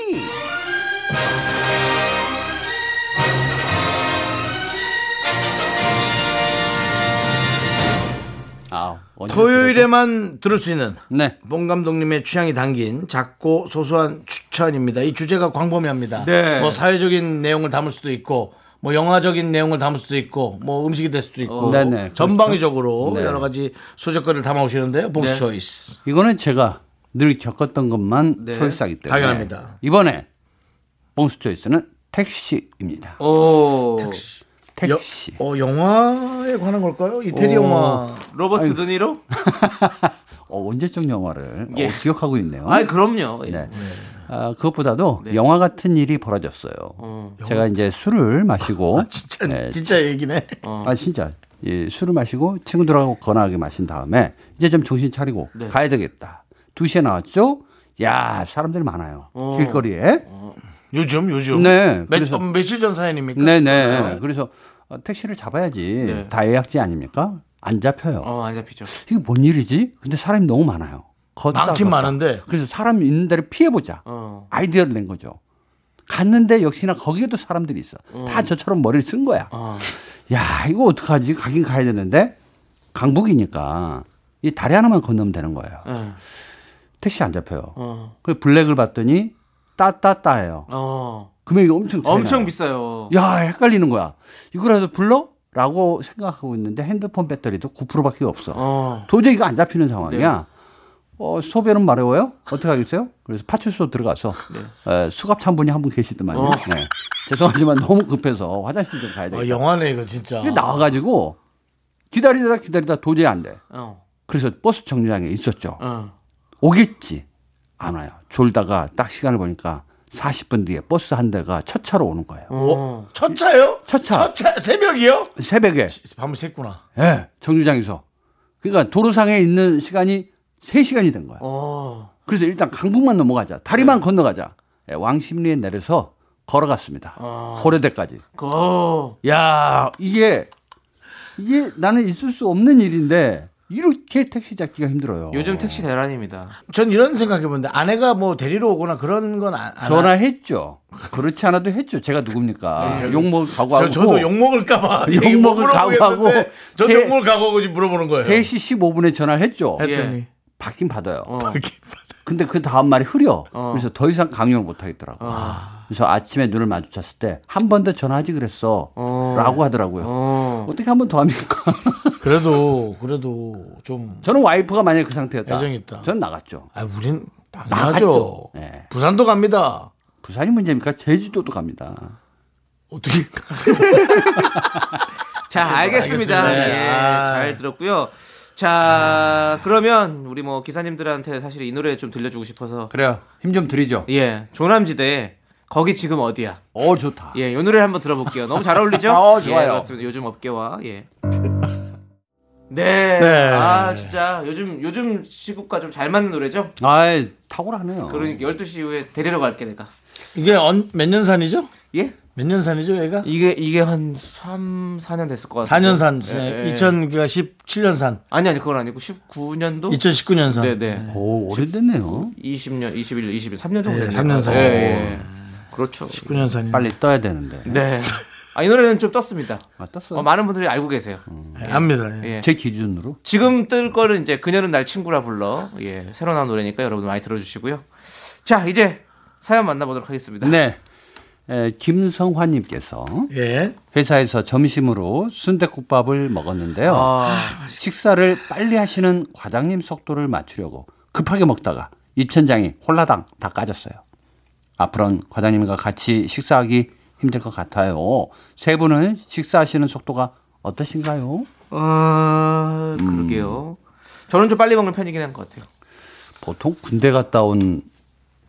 Speaker 5: 아, 언제
Speaker 4: 토요일에만 들을 수 있는
Speaker 5: 들어도- 네.
Speaker 4: 봉 감독님의 취향이 담긴 작고 소소한 추천입니다. 이 주제가 광범위합니다.
Speaker 2: 네.
Speaker 4: 뭐 사회적인 내용을 담을 수도 있고 뭐 영화적인 내용을 담을 수도 있고 뭐 음식이 될 수도 있고
Speaker 5: 어, 네네.
Speaker 4: 전방위적으로
Speaker 5: 그렇죠. 네.
Speaker 4: 여러 가지 소재거리를 담아 오시는데요. 봉스
Speaker 2: 네.
Speaker 4: 초이스.
Speaker 5: 이거는 제가 늘 겪었던 것만
Speaker 2: 네.
Speaker 5: 철사기 때문에
Speaker 4: 당연합니다.
Speaker 5: 이번에 봉수 초이스는 택시입니다. 어.
Speaker 2: 오.
Speaker 5: 택시.
Speaker 4: 어, 영화에 관한 걸까요? 이태리
Speaker 5: 어.
Speaker 4: 영화.
Speaker 2: 로버트 드니로?
Speaker 5: 네. 어, 언제적 영화를
Speaker 2: 예.
Speaker 5: 어, 기억하고 있네요.
Speaker 2: 아이, 그럼요. 예. 네.
Speaker 5: 네. 아, 그것보다도 영화 같은 일이 벌어졌어요. 제가 이제 술을
Speaker 2: 아,
Speaker 5: 마시고
Speaker 4: 진짜
Speaker 5: 네,
Speaker 4: 진짜 얘기네.
Speaker 5: 아 진짜 예, 술을 마시고 친구들하고 건하게 마신 다음에 이제 좀 정신 차리고
Speaker 2: 네.
Speaker 5: 가야 되겠다. 2시에 나왔죠? 야 사람들이 많아요.
Speaker 2: 어.
Speaker 5: 길거리에.
Speaker 4: 요즘 요즘.
Speaker 5: 네,
Speaker 4: 몇,
Speaker 5: 그래서-
Speaker 4: 어, 며칠 전 사연입니까?
Speaker 5: 네네. 그래서 어, 택시를 잡아야지. 다 예약제 아닙니까? 안 잡혀요.
Speaker 2: 네. 어, 안 잡히죠.
Speaker 5: 이게 뭔 일이지? 근데 사람이 너무 많아요. 걷다
Speaker 4: 많긴
Speaker 5: 걷다.
Speaker 4: 많은데.
Speaker 5: 그래서 사람 있는 데를 피해보자.
Speaker 2: 어.
Speaker 5: 아이디어를 낸 거죠. 갔는데 역시나 거기에도 사람들이 있어. 다 저처럼 머리를 쓴 거야. 야, 이거 어떡하지? 가긴 가야 되는데 강북이니까 이 다리 하나만 건너면 되는 거예요.
Speaker 2: 예.
Speaker 5: 택시 안 잡혀요.
Speaker 2: 어.
Speaker 5: 그래서 블랙을 봤더니 따따따예요.
Speaker 2: 어.
Speaker 5: 금액이 엄청 차이
Speaker 2: 엄청
Speaker 5: 나요.
Speaker 2: 비싸요.
Speaker 5: 야, 헷갈리는 거야. 이거라도 불러? 라고 생각하고 있는데 핸드폰 배터리도 9%밖에 없어.
Speaker 2: 어.
Speaker 5: 도저히 이거 안 잡히는
Speaker 4: 네.
Speaker 5: 상황이야. 어, 소변은 마려워요? 어떻게 하겠어요? 그래서 파출소 들어가서
Speaker 4: 네.
Speaker 5: 에, 수갑 찬 분이 한 분 계시더만요.
Speaker 4: 어.
Speaker 5: 네. 죄송하지만 너무 급해서 화장실 좀 가야
Speaker 4: 아,
Speaker 5: 되겠다.
Speaker 4: 영화네 이거 진짜.
Speaker 5: 이게 나와가지고 기다리다 기다리다 도저히 안 돼.
Speaker 2: 어.
Speaker 5: 그래서 버스 정류장에 있었죠.
Speaker 2: 어.
Speaker 5: 오겠지. 안 와요. 졸다가 딱 시간을 보니까 40분 뒤에 버스 한 대가 첫 차로 오는 거예요.
Speaker 1: 어, 첫 차요?
Speaker 5: 첫 차.
Speaker 1: 첫 차, 새벽이요?
Speaker 5: 새벽에
Speaker 1: 밤을 샜구나.
Speaker 5: 예, 정류장에서. 그러니까 도로상에 있는 시간이 3시간이 된 거야. 그래서 일단 강북만 넘어가자. 다리만 건너가자. 예, 왕십리에 내려서 걸어갔습니다. 고려대까지.
Speaker 2: 어.
Speaker 5: 야, 이게 이게 나는 있을 수 없는 일인데 이렇게 택시 잡기가 힘들어요.
Speaker 2: 요즘 택시 대란입니다.
Speaker 1: 전 이런 생각해보는데 아내가 뭐 데리러 오거나 그런 건 아, 안. 안 하-
Speaker 5: 전화했죠. 그렇지 않아도 했죠. 제가 누굽니까? 욕먹
Speaker 1: 저,
Speaker 5: 각오하고
Speaker 1: 저도 욕먹을까봐.
Speaker 5: 욕
Speaker 1: 이게 뭐
Speaker 5: 먹을
Speaker 1: 물어보겠는데
Speaker 5: 각오하고
Speaker 1: 저도
Speaker 5: 제-
Speaker 1: 욕먹을 각오하고 지금 물어보는 거예요.
Speaker 5: 3시 15분에 전화했죠.
Speaker 2: 네. 예.
Speaker 1: 했더니.
Speaker 5: 받긴 받아요.
Speaker 1: 이렇게
Speaker 5: 근데 그 다음 말이 흐려. 그래서 더 이상 강요를 못 하겠더라고. 요 그래서 아침에 눈을 마주쳤을 때 한 번 더 전화하지 그랬어. 라고 하더라고요. 어. 떻게 한 번 더 합니까?
Speaker 1: 그래도, 그래도 좀.
Speaker 5: 저는 와이프가 만약에 그 상태였다.
Speaker 1: 애정 있다.
Speaker 5: 전 나갔죠.
Speaker 1: 아, 우린 당연하죠.
Speaker 5: 나갔죠.
Speaker 2: 네.
Speaker 5: 예.
Speaker 1: 부산도 갑니다.
Speaker 5: 부산이 문제입니까? 제주도도 갑니다.
Speaker 1: 어떻게.
Speaker 2: 자, 네, 알겠습니다.
Speaker 1: 알겠습니다.
Speaker 2: 예,
Speaker 1: 네. 아.
Speaker 2: 잘 들었고요. 자,
Speaker 5: 아.
Speaker 2: 그러면 우리 뭐 기사님들한테 사실 이 노래 좀 들려주고 싶어서
Speaker 5: 그래요. 힘 좀 드리죠.
Speaker 2: 예, 조남지대 거기 지금 어디야?
Speaker 5: 어, 좋다.
Speaker 2: 예, 요 노래를 한번 들어볼게요. 너무 잘 어울리죠?
Speaker 5: 어, 좋아요.
Speaker 2: 예, 그렇습니다. 요즘 업계와 예. 네.
Speaker 1: 네.
Speaker 2: 아, 진짜 요즘 요즘 시국과 좀 잘 맞는 노래죠?
Speaker 5: 아이, 탁월하네요.
Speaker 2: 그러니까 12시 이후에 데리러 갈게 내가.
Speaker 1: 이게 언, 몇 년산이죠?
Speaker 2: 예?
Speaker 1: 몇 년산이죠, 얘가?
Speaker 2: 이게 이게 한 3, 4년 됐을 것 같아요.
Speaker 1: 4년산, 네,
Speaker 2: 예, 예.
Speaker 1: 2017년산,
Speaker 2: 아니 아니 그건 아니고 19년도
Speaker 1: 2019년산.
Speaker 2: 네, 네.
Speaker 5: 오, 오래됐네요.
Speaker 2: 20년, 21년, 22년, 3년 정도
Speaker 1: 예,
Speaker 2: 됐네요.
Speaker 1: 삼년 사이.
Speaker 2: 예, 예. 그렇죠.
Speaker 1: 19년산이.
Speaker 5: 빨리 떠야 되는데.
Speaker 2: 네. 아, 이 노래는 좀 떴습니다.
Speaker 5: 아, 떴어요.
Speaker 2: 어, 많은 분들이 알고 계세요.
Speaker 1: 압니다. 예.
Speaker 2: 예.
Speaker 5: 제 기준으로.
Speaker 2: 지금 뜰 거는 이제 그녀는 날 친구라 불러. 예, 새로 나온 노래니까 여러분 많이 들어주시고요. 자, 이제 사연 만나보도록 하겠습니다.
Speaker 5: 네. 에, 김성환님께서
Speaker 1: 예.
Speaker 5: 회사에서 점심으로 순대국밥을 먹었는데요. 아, 식사를 빨리 하시는 과장님 속도를 맞추려고 급하게 먹다가 입천장이 홀라당 다 까졌어요. 앞으로는 과장님과 같이 식사하기 힘들 것 같아요. 세 분은 식사하시는 속도가 어떠신가요?
Speaker 2: 아, 그러게요. 저는 좀 빨리 먹는 편이긴 한 것 같아요.
Speaker 5: 보통 군대 갔다 온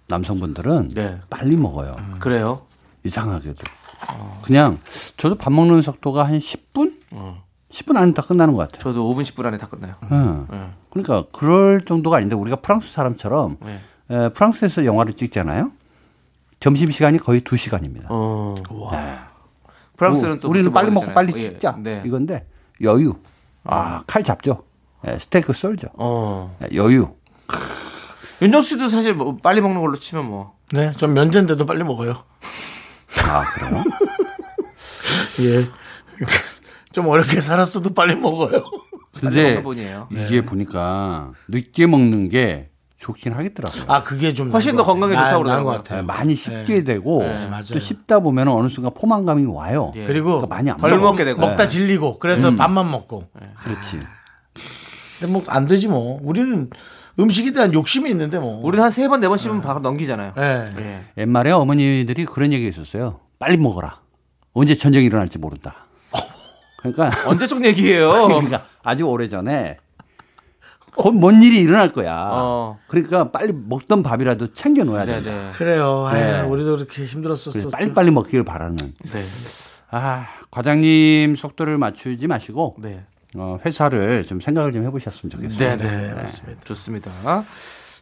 Speaker 5: 남성분들은
Speaker 2: 네.
Speaker 5: 빨리 먹어요.
Speaker 2: 그래요.
Speaker 5: 이상하게도. 그냥 저도 밥 먹는 속도가 한 10분? 10분 안에 다 끝나는 것 같아요.
Speaker 2: 저도 5분 10분 안에 다 끝나요.
Speaker 5: 예. 그러니까 그럴 정도가 아닌데 우리가 프랑스 사람처럼 에, 프랑스에서 영화를 찍잖아요. 점심 시간이 거의 2 시간입니다.
Speaker 2: 프랑스는 또
Speaker 5: 우리는
Speaker 2: 그렇게
Speaker 5: 빨리 먹고
Speaker 2: 먹잖아요.
Speaker 5: 빨리
Speaker 2: 예,
Speaker 5: 찍자
Speaker 2: 네.
Speaker 5: 이건데 여유. 아 칼 잡죠. 예, 스테이크 썰죠.
Speaker 2: 어.
Speaker 5: 예, 여유.
Speaker 2: 윤정수 씨도 사실 뭐 빨리 먹는 걸로 치면 뭐.
Speaker 1: 네, 전 면제인데도 빨리 먹어요.
Speaker 5: 아 그래요?
Speaker 1: 예. 좀 어렵게 살았어도 빨리 먹어요.
Speaker 5: 근데
Speaker 2: 먹는 분이에요.
Speaker 5: 이게 보니까 늦게 먹는 게 좋긴 하겠더라고요.
Speaker 1: 아, 그게 좀.
Speaker 2: 훨씬
Speaker 1: 나은
Speaker 2: 더
Speaker 1: 것
Speaker 2: 건강에
Speaker 1: 같아요.
Speaker 2: 좋다고
Speaker 1: 나- 나은
Speaker 2: 그러더라고요. 네,
Speaker 1: 것
Speaker 5: 예,
Speaker 1: 같아요.
Speaker 5: 많이 씹게 되고
Speaker 1: 맞아요.
Speaker 5: 또 씹다 보면 어느 순간 포만감이 와요. 그러니까
Speaker 2: 예.
Speaker 1: 그리고
Speaker 5: 많이 안
Speaker 2: 덜
Speaker 5: 먹어요.
Speaker 2: 먹게 되고. 네. 음.
Speaker 1: 먹다 질리고 그래서 밥만 먹고.
Speaker 5: 그렇지.
Speaker 1: 근데 뭐 안 되지 뭐. 우리는 음식에 대한 욕심이 있는데 뭐.
Speaker 2: 우리는 한 세 번, 네 번 씹으면 바로 넘기잖아요.
Speaker 5: 네.
Speaker 1: 예.
Speaker 2: 예.
Speaker 5: 옛말에 어머니들이 그런 얘기 있었어요. 빨리 먹어라. 언제 전쟁이 일어날지 모른다. 그러니까,
Speaker 2: 언제적 얘기예요.
Speaker 5: 그러니까 아주 오래전에 곧 뭔 일이 일어날 거야.
Speaker 2: 어.
Speaker 5: 그러니까 빨리 먹던 밥이라도 챙겨 놓아야
Speaker 2: 네,
Speaker 5: 된다.
Speaker 2: 네.
Speaker 1: 그래요. 아유,
Speaker 5: 네.
Speaker 1: 우리도 그렇게 힘들었었어.
Speaker 5: 그래서 빨리빨리 먹기를 바라는.
Speaker 2: 네.
Speaker 5: 아, 과장님 속도를 맞추지 마시고
Speaker 2: 네.
Speaker 5: 어, 회사를 좀 생각을 좀 해보셨으면 좋겠어요.
Speaker 2: 네, 네, 맞습니다. 좋습니다.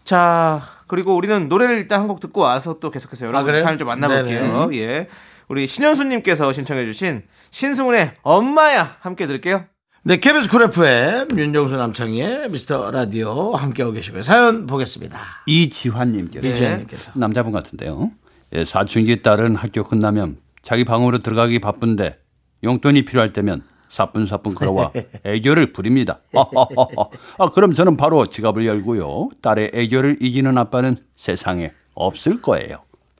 Speaker 2: 자, 그리고 우리는 노래를 일단 한 곡 듣고 와서 또 계속해서 여러분
Speaker 1: 그래요?
Speaker 2: 사연 좀 만나볼게요. 예. 우리 신현수님께서 신청해주신 신승훈의 엄마야 함께 들을게요.
Speaker 1: 네, KBS 쿨 FM 윤정수 남창희의 미스터 라디오 함께하고 계시고요. 사연 보겠습니다.
Speaker 5: 이지환님께서
Speaker 1: 이지현님께서.
Speaker 5: 남자분 같은데요. 예, 사춘기 딸은 학교 끝나면 자기 방으로 들어가기 바쁜데 용돈이 필요할 때면 사뿐사뿐 걸어와 애교를 부립니다. 아, 그럼 저는 바로 지갑을 열고요. 딸의 애교를 이기는 아빠는 세상에 없을 거예요.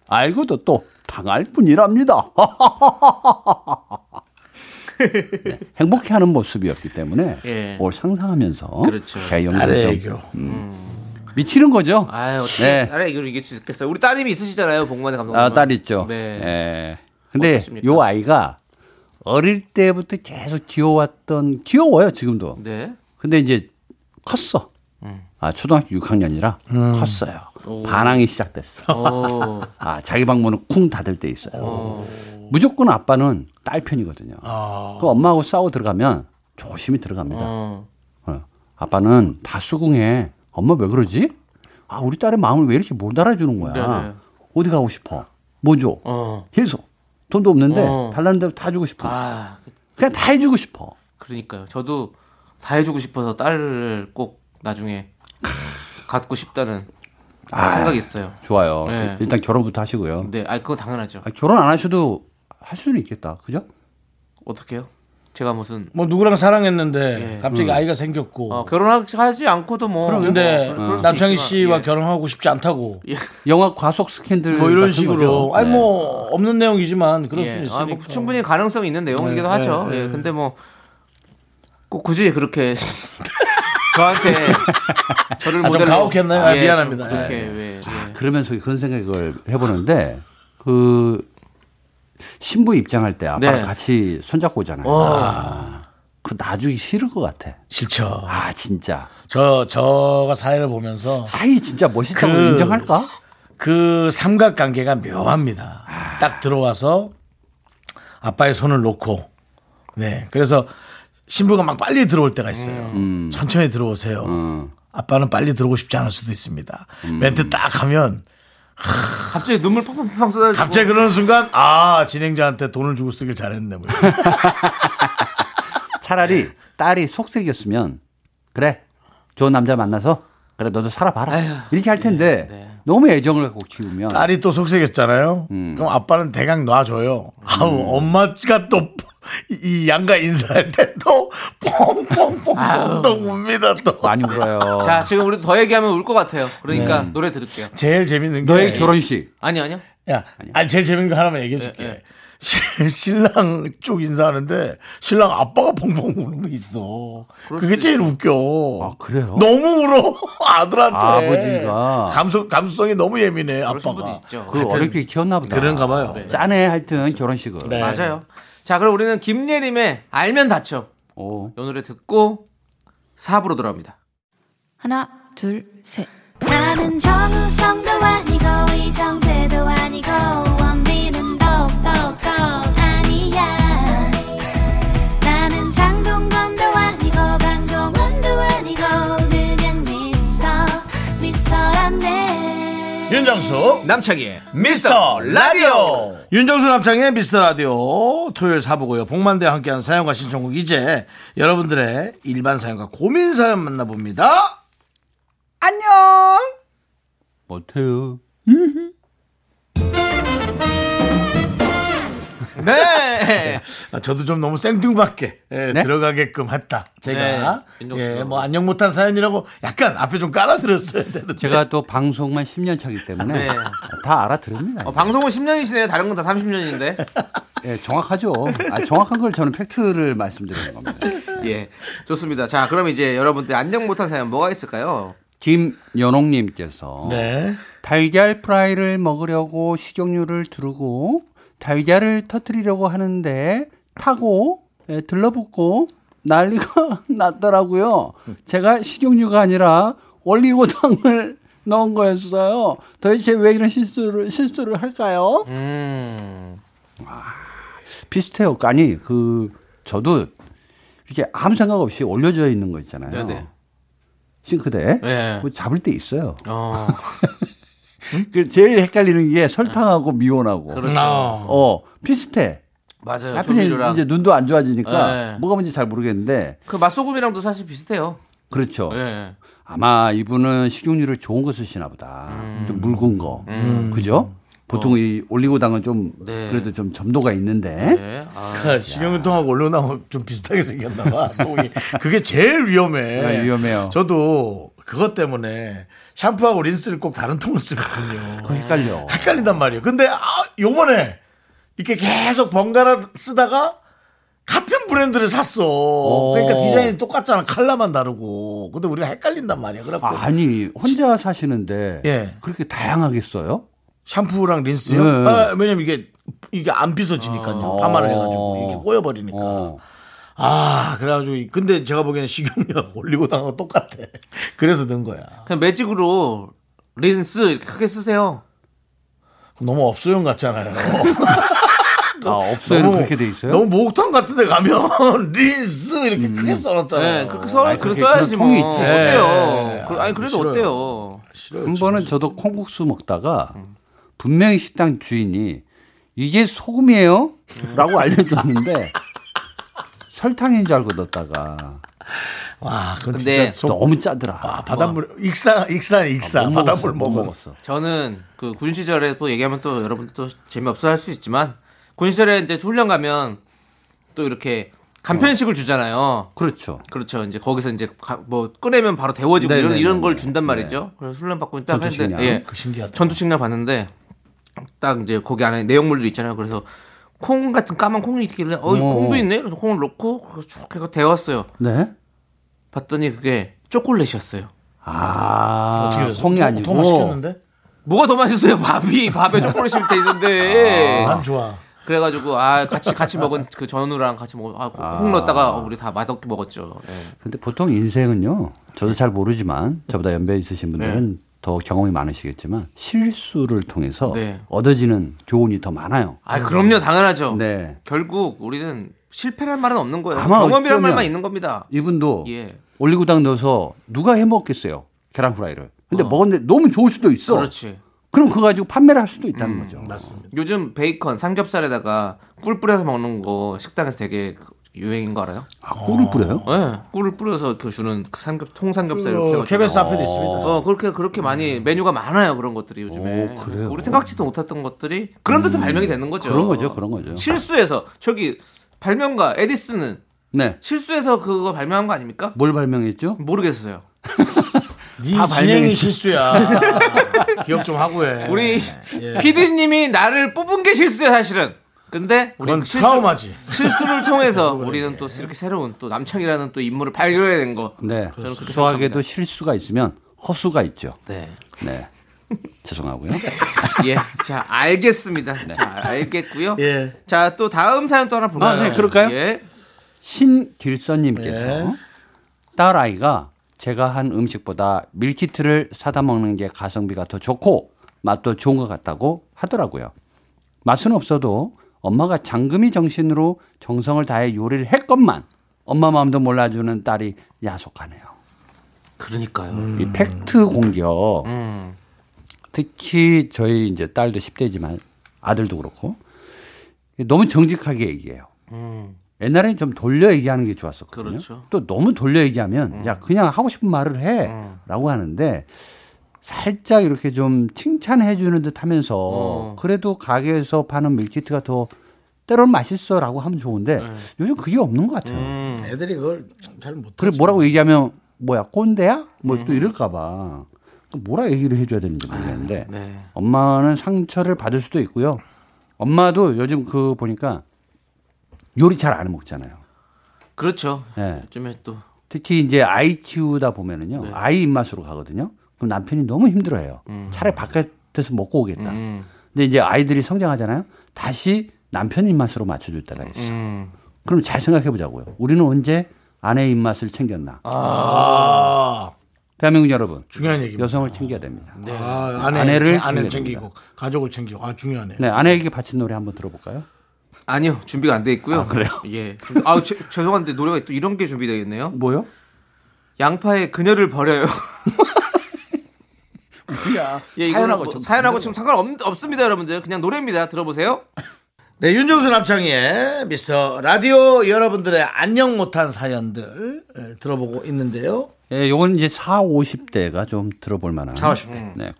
Speaker 5: 알고도 또 당할 뿐이랍니다. 네, 행복해하는 모습이었기 때문에
Speaker 2: 예.
Speaker 5: 뭘 상상하면서
Speaker 2: 그렇죠.
Speaker 5: 제
Speaker 1: 딸의
Speaker 5: 용돈을 좀
Speaker 1: 애교.
Speaker 5: 미치는 거죠.
Speaker 2: 아유, 어떻게
Speaker 5: 네.
Speaker 2: 딸의 이걸 이길 수 있겠어요. 우리 따님이 있으시잖아요, 복만의 감독님.
Speaker 5: 아, 딸 있죠.
Speaker 2: 네.
Speaker 5: 예. 근데
Speaker 2: 어떻습니까?
Speaker 5: 요 아이가 어릴 때부터 계속 귀여웠던 귀여워요, 지금도.
Speaker 2: 네. 음.
Speaker 5: 근데 이제 컸어. 아, 초등학교 6학년이라 컸어요. 반항이 시작됐어. 아, 자기 방문은 쿵 닫을 때 있어요. 무조건 아빠는 딸 편이거든요. 그 엄마하고 싸워 들어가면 조심히 들어갑니다.
Speaker 2: 음.
Speaker 5: 어, 아빠는 다 수긍해. 엄마 왜 그러지? 아, 우리 딸의 마음을 왜 이렇게 못 알아주는 거야.
Speaker 2: 네네.
Speaker 5: 어디 가고 싶어? 뭐 줘?
Speaker 2: 어.
Speaker 5: 계속. 돈도 없는데
Speaker 2: 어.
Speaker 5: 달라는 대로 다 주고 싶어.
Speaker 2: 아, 그-
Speaker 5: 그냥 다 해주고 싶어.
Speaker 2: 그러니까요. 저도 다 해주고 싶어서 딸을 꼭 나중에 갖고 싶다는
Speaker 5: 아.
Speaker 2: 생각이 있어요.
Speaker 5: 좋아요.
Speaker 2: 네.
Speaker 5: 일단 결혼부터 하시고요.
Speaker 2: 네, 아, 그건 당연하죠.
Speaker 5: 아, 결혼 안 하셔도 할 수는 있겠다. 그죠?
Speaker 2: 어떻게요? 제가 무슨
Speaker 4: 뭐 누구랑 사랑했는데
Speaker 2: 예.
Speaker 4: 갑자기 아이가 생겼고
Speaker 2: 어, 결혼하지 않고도 뭐.
Speaker 4: 근데
Speaker 2: 뭐 그럴 수는
Speaker 4: 네. 어. 남창희
Speaker 2: 있지만,
Speaker 4: 씨와
Speaker 2: 예.
Speaker 4: 결혼하고 싶지 않다고
Speaker 5: 영화 과속 스캔들
Speaker 4: 뭐 이런
Speaker 5: 같은
Speaker 4: 식으로
Speaker 5: 거죠.
Speaker 4: 아니
Speaker 5: 네.
Speaker 4: 뭐 없는 내용이지만 그럴
Speaker 2: 예.
Speaker 4: 수는 있으니까 네.
Speaker 2: 아, 뭐 충분히 가능성이 있는 내용이기도 하죠. 예. 근데 뭐 꼭 굳이 그렇게 저한테 저를
Speaker 4: 좀
Speaker 2: 모델로 예,
Speaker 4: 가혹했나요? 아, 미안합니다.
Speaker 2: 좀 그렇게 왜 예.
Speaker 5: 그러면서 그런 생각을 해보는데 그 신부 입장할 때
Speaker 2: 네.
Speaker 5: 아빠랑 같이 손잡고 오잖아요. 아, 그 나중에 싫을 것 같아.
Speaker 4: 싫죠
Speaker 5: 아 진짜
Speaker 4: 저 저가 사회를 보면서
Speaker 5: 사이 진짜 멋있다고
Speaker 4: 그-
Speaker 5: 인정할까?
Speaker 4: 그 삼각관계가 묘합니다. 딱 들어와서 아빠의 손을 놓고 네 그래서 신부가 막 빨리 들어올 때가 있어요.
Speaker 2: 음.
Speaker 4: 천천히 음. 들어오세요. 음. 아빠는 빨리 들어오고 싶지 않을 수도 있습니다. 멘트 딱 하면
Speaker 2: 갑자기 눈물 펑펑펑 쏟아지고
Speaker 4: 갑자기 그러는 순간 아 진행자한테 돈을 주고 쓰길 잘했네. 뭐.
Speaker 5: 차라리 딸이 속색이었으면 그래 좋은 남자 만나서 그래 너도 살아봐라 이렇게 할 텐데 너무 애정을 갖고 키우면
Speaker 4: 네, 딸이 또 속색했잖아요. 그럼 아빠는 대강 놔줘요. 아우 엄마가 또. 이 양가 인사할 때 또 펑펑펑펑 또 웁니다 또
Speaker 5: 많이 울어요.
Speaker 2: 뭐. 자, 지금 우리 더 얘기하면 울 것 같아요. 그러니까
Speaker 4: 네.
Speaker 2: 노래 들을게요.
Speaker 4: 제일 재밌는 게
Speaker 5: 너의 결혼식
Speaker 2: 아니 아니요.
Speaker 4: 야, 아니 제일 재밌는 거 하나만 얘기해 줄게. 신랑 쪽 인사하는데 신랑 아빠가 펑펑 우는 거 있어. 그게 제일 웃겨.
Speaker 5: 아, 그래요?
Speaker 4: 너무 울어 아들한테.
Speaker 5: 아버지가.
Speaker 4: 감수 감수성이 너무 예민해
Speaker 2: 그러신 분도
Speaker 4: 아빠가.
Speaker 2: 있죠. 네,
Speaker 5: 그 어렵게 키웠나 보다. 네.
Speaker 4: 그런가 봐요.
Speaker 5: 짠해 하여튼 결혼식을.
Speaker 4: 네.
Speaker 2: 맞아요. 자, 그럼 우리는 김예림의 알면 다쳐.
Speaker 5: 오.
Speaker 2: 이 노래 듣고 4부로 돌아옵니다.
Speaker 9: 하나, 둘, 셋.
Speaker 3: 나는 정우성도 아니고 이정재도 아니고 원빈은 더욱더 아니야 나는 장동건도 아니고 강동원도 아니고 그냥 미스터 미스터란데
Speaker 10: 윤정수
Speaker 2: 남창희의
Speaker 10: 미스터 라디오
Speaker 4: 윤정수 남창의 미스터 라디오 토요일 사부고요. 복만대와 함께한 사연과 신청곡 이제 여러분들의 일반 사연과 고민 사연 만나봅니다.
Speaker 5: 못해요.
Speaker 2: 네.
Speaker 4: 아, 저도 좀 너무 생뚱맞게 예,
Speaker 5: 네?
Speaker 4: 들어가게끔 했다. 제가
Speaker 2: 네, 윤정수
Speaker 4: 예,
Speaker 2: 씨도.
Speaker 4: 뭐 안녕 못한 사연이라고 약간 앞에 좀 깔아드렸어야 되는데
Speaker 5: 제가 또 방송만 10년 차기 때문에
Speaker 2: 네.
Speaker 5: 다 알아들읍니다.
Speaker 2: 어, 방송은 10년이시네요. 다른 건 다 30년인데.
Speaker 5: 예, 정확하죠. 아, 정확한 걸 저는 팩트를 말씀드리는 겁니다.
Speaker 2: 예. 좋습니다. 자, 그럼 이제 여러분들 안녕 못한 사연 뭐가 있을까요?
Speaker 5: 김연옥님께서
Speaker 4: 네.
Speaker 5: 달걀 프라이를 먹으려고 식용유를 두르고 달걀을 터뜨리려고 하는데 타고 예, 들러붙고 난리가 났더라고요. 제가 식용유가 아니라 올리고당을 넣은 거였어요. 도대체 왜 이런 실수를 실수를 할까요? 아, 비슷해요. 아니 그 저도 이렇게 아무 생각 없이 올려져 있는 거 있잖아요.
Speaker 2: 네네.
Speaker 5: 싱크대에
Speaker 2: 네.
Speaker 5: 그거 잡을 때 있어요.
Speaker 2: 어.
Speaker 5: 그 제일 헷갈리는 게 설탕하고 미온하고
Speaker 2: 그렇죠.
Speaker 5: 어 비슷해.
Speaker 2: 맞아요.
Speaker 5: 하필
Speaker 2: 조미료랑
Speaker 5: 이제 눈도 안 좋아지니까
Speaker 2: 네.
Speaker 5: 뭐가 뭔지 잘 모르겠는데
Speaker 2: 그 맛소금이랑도 사실 비슷해요.
Speaker 5: 그렇죠.
Speaker 2: 예.
Speaker 5: 아마 이분은 식용유를 좋은 거 쓰시나 보다.
Speaker 2: 음.
Speaker 5: 좀 묽은 거. 그죠? 보통 이 올리고당은 좀
Speaker 2: 어. 네.
Speaker 5: 그래도 좀 점도가 있는데
Speaker 2: 예. 아,
Speaker 4: 식용유통하고 올려놓으면 좀 비슷하게 생겼나봐. 뭐 그게 제일
Speaker 2: 네.
Speaker 4: 위험해.
Speaker 5: 아, 위험해요.
Speaker 4: 저도 그것 때문에 샴푸하고 린스를 꼭 다른 통을 쓰거든요.
Speaker 5: 헷갈려.
Speaker 4: 헷갈린단 말이에요. 근데 아, 요번에 이렇게 계속 번갈아 쓰다가 같은 브랜드를 샀어. 그러니까 디자인이 똑같잖아. 컬러만 다르고. 근데 우리가 헷갈린단 말이야. 그래갖고
Speaker 5: 아니
Speaker 1: 네.
Speaker 5: 혼자 사시는데
Speaker 4: 예.
Speaker 5: 그렇게 다양하게 써요?
Speaker 4: 샴푸랑 린스요?
Speaker 5: 네.
Speaker 4: 아, 왜냐면 이게 이게 안 빗어지니까요. 파마를 해가지고 이게 꼬여버리니까.
Speaker 5: 어.
Speaker 4: 아 그래가지고 이- 근데 제가 보기에는 식용유 올리고당하고 똑같아. 그래서 넣은 거야.
Speaker 2: 그냥 매직으로 린스 이렇게 크게 쓰세요.
Speaker 1: 너무 업소용 같잖아요.
Speaker 5: 아, 업소에는 그렇게 돼 있어요? 음.
Speaker 1: 너무 목욕탕 같은 데 가면 린스 이렇게 크게 써놨잖아요.
Speaker 2: 네, 그렇게 써,
Speaker 5: 어. 그렇게
Speaker 2: 그렇게 써야지
Speaker 5: 그런
Speaker 2: 뭐.
Speaker 5: 통이 있지. 예.
Speaker 2: 어때요? 그- 아니 그래도 어때요?
Speaker 5: 한
Speaker 1: 그렇죠.
Speaker 5: 번은 저도 콩국수 먹다가 분명히 식당 주인이 이게 소금이에요? 라고 알려줬는데 설탕인 줄 알고 넣었다가
Speaker 1: 와, 그건
Speaker 2: 근데
Speaker 1: 진짜 속-
Speaker 5: 너무 짜더라.
Speaker 1: 아, 바닷물 익사 익사 익사
Speaker 5: 못 먹었어,
Speaker 1: 바닷물
Speaker 5: 못
Speaker 1: 먹은
Speaker 5: 먹었어.
Speaker 2: 저는 그 군 시절에 또 얘기하면 또 여러분들 또 재미없어 할 수 있지만 군 시절에 이제 훈련 가면 또 이렇게 간편식을 주잖아요.
Speaker 5: 그렇죠.
Speaker 2: 그렇죠. 이제 거기서 이제 가- 뭐 꺼내면 바로 데워지고
Speaker 5: 네,
Speaker 2: 이런
Speaker 5: 네,
Speaker 2: 이런
Speaker 5: 네,
Speaker 2: 걸
Speaker 5: 네.
Speaker 2: 준단 말이죠. 그래서 훈련 받고 딱 했는데
Speaker 5: 전투식량.
Speaker 2: 예.
Speaker 1: 그 신기하다.
Speaker 2: 전투식량 봤는데 딱 이제 거기 안에 내용물들이 있잖아요. 그래서 콩 같은 까만 콩이 있길래 어, 이
Speaker 5: 어.
Speaker 2: 콩도 있네. 그래서 콩을 넣고 그래서 쭉 해서 데웠어요.
Speaker 5: 네.
Speaker 2: 봤더니 그게 초콜릿이었어요.
Speaker 5: 아,
Speaker 1: 어떻게
Speaker 5: 콩이 아니고
Speaker 1: 통화 시켰는데?
Speaker 2: 뭐가 더 맛있어요? 밥이 밥에 초콜릿이 밑에 있는데.
Speaker 1: 난 좋아.
Speaker 2: 그래가지고 아 같이 같이 먹은 그 전우랑 같이 먹어 아, 콩 넣었다가 어, 우리 다 맛없게 먹었죠. 예.
Speaker 5: 근데 보통 인생은요. 저도 잘 모르지만 저보다 연배 있으신 분들은 더 경험이 많으시겠지만 실수를 통해서
Speaker 2: 네.
Speaker 5: 얻어지는 교훈이 더 많아요.
Speaker 2: 아 그럼요 당연하죠.
Speaker 5: 네.
Speaker 2: 결국 우리는 실패란 말은 없는 거예요.
Speaker 5: 아마
Speaker 2: 경험이란
Speaker 5: 어쩌면-
Speaker 2: 말만 있는 겁니다.
Speaker 5: 이분도
Speaker 2: 예.
Speaker 5: 올리고당 넣어서 누가 해 먹겠어요? 계란 후라이를. 근데 먹었는데 너무 좋을 수도 있어.
Speaker 2: 어. 그렇지. 음,
Speaker 5: 그럼 그거 가지고 판매를 할 수도 있다는 거죠. 맞습니다.
Speaker 2: 요즘 베이컨 삼겹살에다가 꿀 뿌려서 먹는 거 식당에서 되게 유행인 거 알아요?
Speaker 5: 아, 꿀을 뿌려요?
Speaker 2: 예. 꿀을 뿌려서 그 주는 그 삼겹 통삼겹살 이렇게
Speaker 1: 어,
Speaker 2: 해가지고.
Speaker 1: KBS 앞에도 있습니다.
Speaker 2: 어 그렇게 그렇게
Speaker 5: 음.
Speaker 2: 많이 메뉴가 많아요 그런 것들이 요즘에 우리 생각지도 못했던 것들이 그런 데서 발명이 되는 거죠.
Speaker 5: 음. 그런 거죠, 그런 거죠.
Speaker 2: 실수해서 저기 발명가 에디슨은
Speaker 5: 네.
Speaker 2: 실수해서 그거 발명한 거 아닙니까?
Speaker 5: 뭘 발명했죠?
Speaker 2: 모르겠어요.
Speaker 1: 네 진행이 실수야. 기억 좀 하고 해.
Speaker 2: 우리 PD님이 나를 뽑은 게 실수예요 사실은. 근데 우리
Speaker 1: 그건
Speaker 2: 그
Speaker 1: 트라우마지.
Speaker 2: 실수를 통해서 우리는 또 이렇게 새로운 또 남창이라는 또 인물을 발견해낸 거.
Speaker 5: 네.
Speaker 2: 저는 그렇게
Speaker 5: 수학에도 실수가 있으면 허수가 있죠.
Speaker 2: 네.
Speaker 5: 네. 죄송하고요.
Speaker 2: 예. 자, 알겠습니다. 자, 알겠고요.
Speaker 1: 예.
Speaker 2: 자, 또 다음 사연 또 하나 볼까요?
Speaker 5: 아, 네, 그럴까요?
Speaker 2: 예.
Speaker 5: 신길선님께서
Speaker 2: 네.
Speaker 5: 딸 아이가 제가 한 음식보다 밀키트를 사다 먹는 게 가성비가 더 좋고 맛도 좋은 것 같다고 하더라고요. 맛은 없어도 엄마가 장금이 정신으로 정성을 다해 요리를 했건만 엄마 마음도 몰라주는 딸이 야속하네요. 음.
Speaker 2: 그러니까요.
Speaker 5: 이 팩트 공격. 특히 저희 이제 딸도 10대지만 아들도 그렇고 너무 정직하게 얘기해요. 옛날에는 좀 돌려 얘기하는 게 좋았었거든요.
Speaker 2: 그렇죠. 음.
Speaker 5: 또 너무 돌려 얘기하면 야 그냥 하고 싶은 말을 해라고 하는데 살짝 이렇게 좀 칭찬해 주는 듯 하면서
Speaker 2: 어.
Speaker 5: 그래도 가게에서 파는 밀키트가 더 때론 맛있어라고 하면 좋은데
Speaker 2: 네.
Speaker 5: 요즘 그게 없는 것 같아요.
Speaker 2: 음.
Speaker 1: 애들이 그걸 잘 못.
Speaker 5: 그래 뭐라고 얘기하면 뭐야 꼰대야? 뭐
Speaker 2: 음.
Speaker 5: 또 이럴까봐 뭐라 얘기를 해줘야 되는지 모르겠는데
Speaker 2: 네.
Speaker 5: 엄마는 상처를 받을 수도 있고요. 엄마도 요즘 그 보니까 요리 잘 안 먹잖아요.
Speaker 2: 그렇죠.
Speaker 5: 예.
Speaker 2: 요즘에 또
Speaker 5: 특히 이제 아이 키우다 보면은요 아이 입맛으로 가거든요. 그럼 남편이 너무 힘들어해요. 차라리 바깥에서 먹고 오겠다.
Speaker 2: 음.
Speaker 5: 근데 이제 아이들이 성장하잖아요. 다시 남편 입맛으로 맞춰줄 때가 있어. 요
Speaker 2: 음.
Speaker 5: 그럼 잘 생각해 보자고요. 우리는 언제 아내 입맛을 챙겼나?
Speaker 1: 아
Speaker 5: 대한민국 여러분
Speaker 1: 중요한 얘기입니다.
Speaker 5: 여성을 챙겨야 됩니다. 네.
Speaker 1: 아, 아내,
Speaker 5: 아내를
Speaker 1: 아내를, 아내를
Speaker 5: 챙겨야
Speaker 1: 챙기고 가족을 챙기고 아 중요하네.
Speaker 5: 아내에게 바친 노래 한번 들어볼까요?
Speaker 2: 아니요. 준비가 안 돼 있고요. 그래요? 예. 아, 죄- 죄송한데 노래가 또 이런 게 준비되어 있네요.
Speaker 5: 뭐요?
Speaker 2: 양파의 그녀를 버려요.
Speaker 5: 야,
Speaker 2: 예, 이거는
Speaker 5: 사연하고
Speaker 2: 뭐
Speaker 5: 좀
Speaker 2: 사연하고 지금 상관없습니다, 여러분들. 그냥 노래입니다. 들어보세요.
Speaker 1: 네, 윤정수 남창희의 미스터 라디오 여러분들의 안녕 못한 사연들 예, 들어보고 있는데요.
Speaker 5: 예, 요건 이제 4, 50대가 좀 들어볼 만한.
Speaker 1: 4, 50대.
Speaker 5: 네,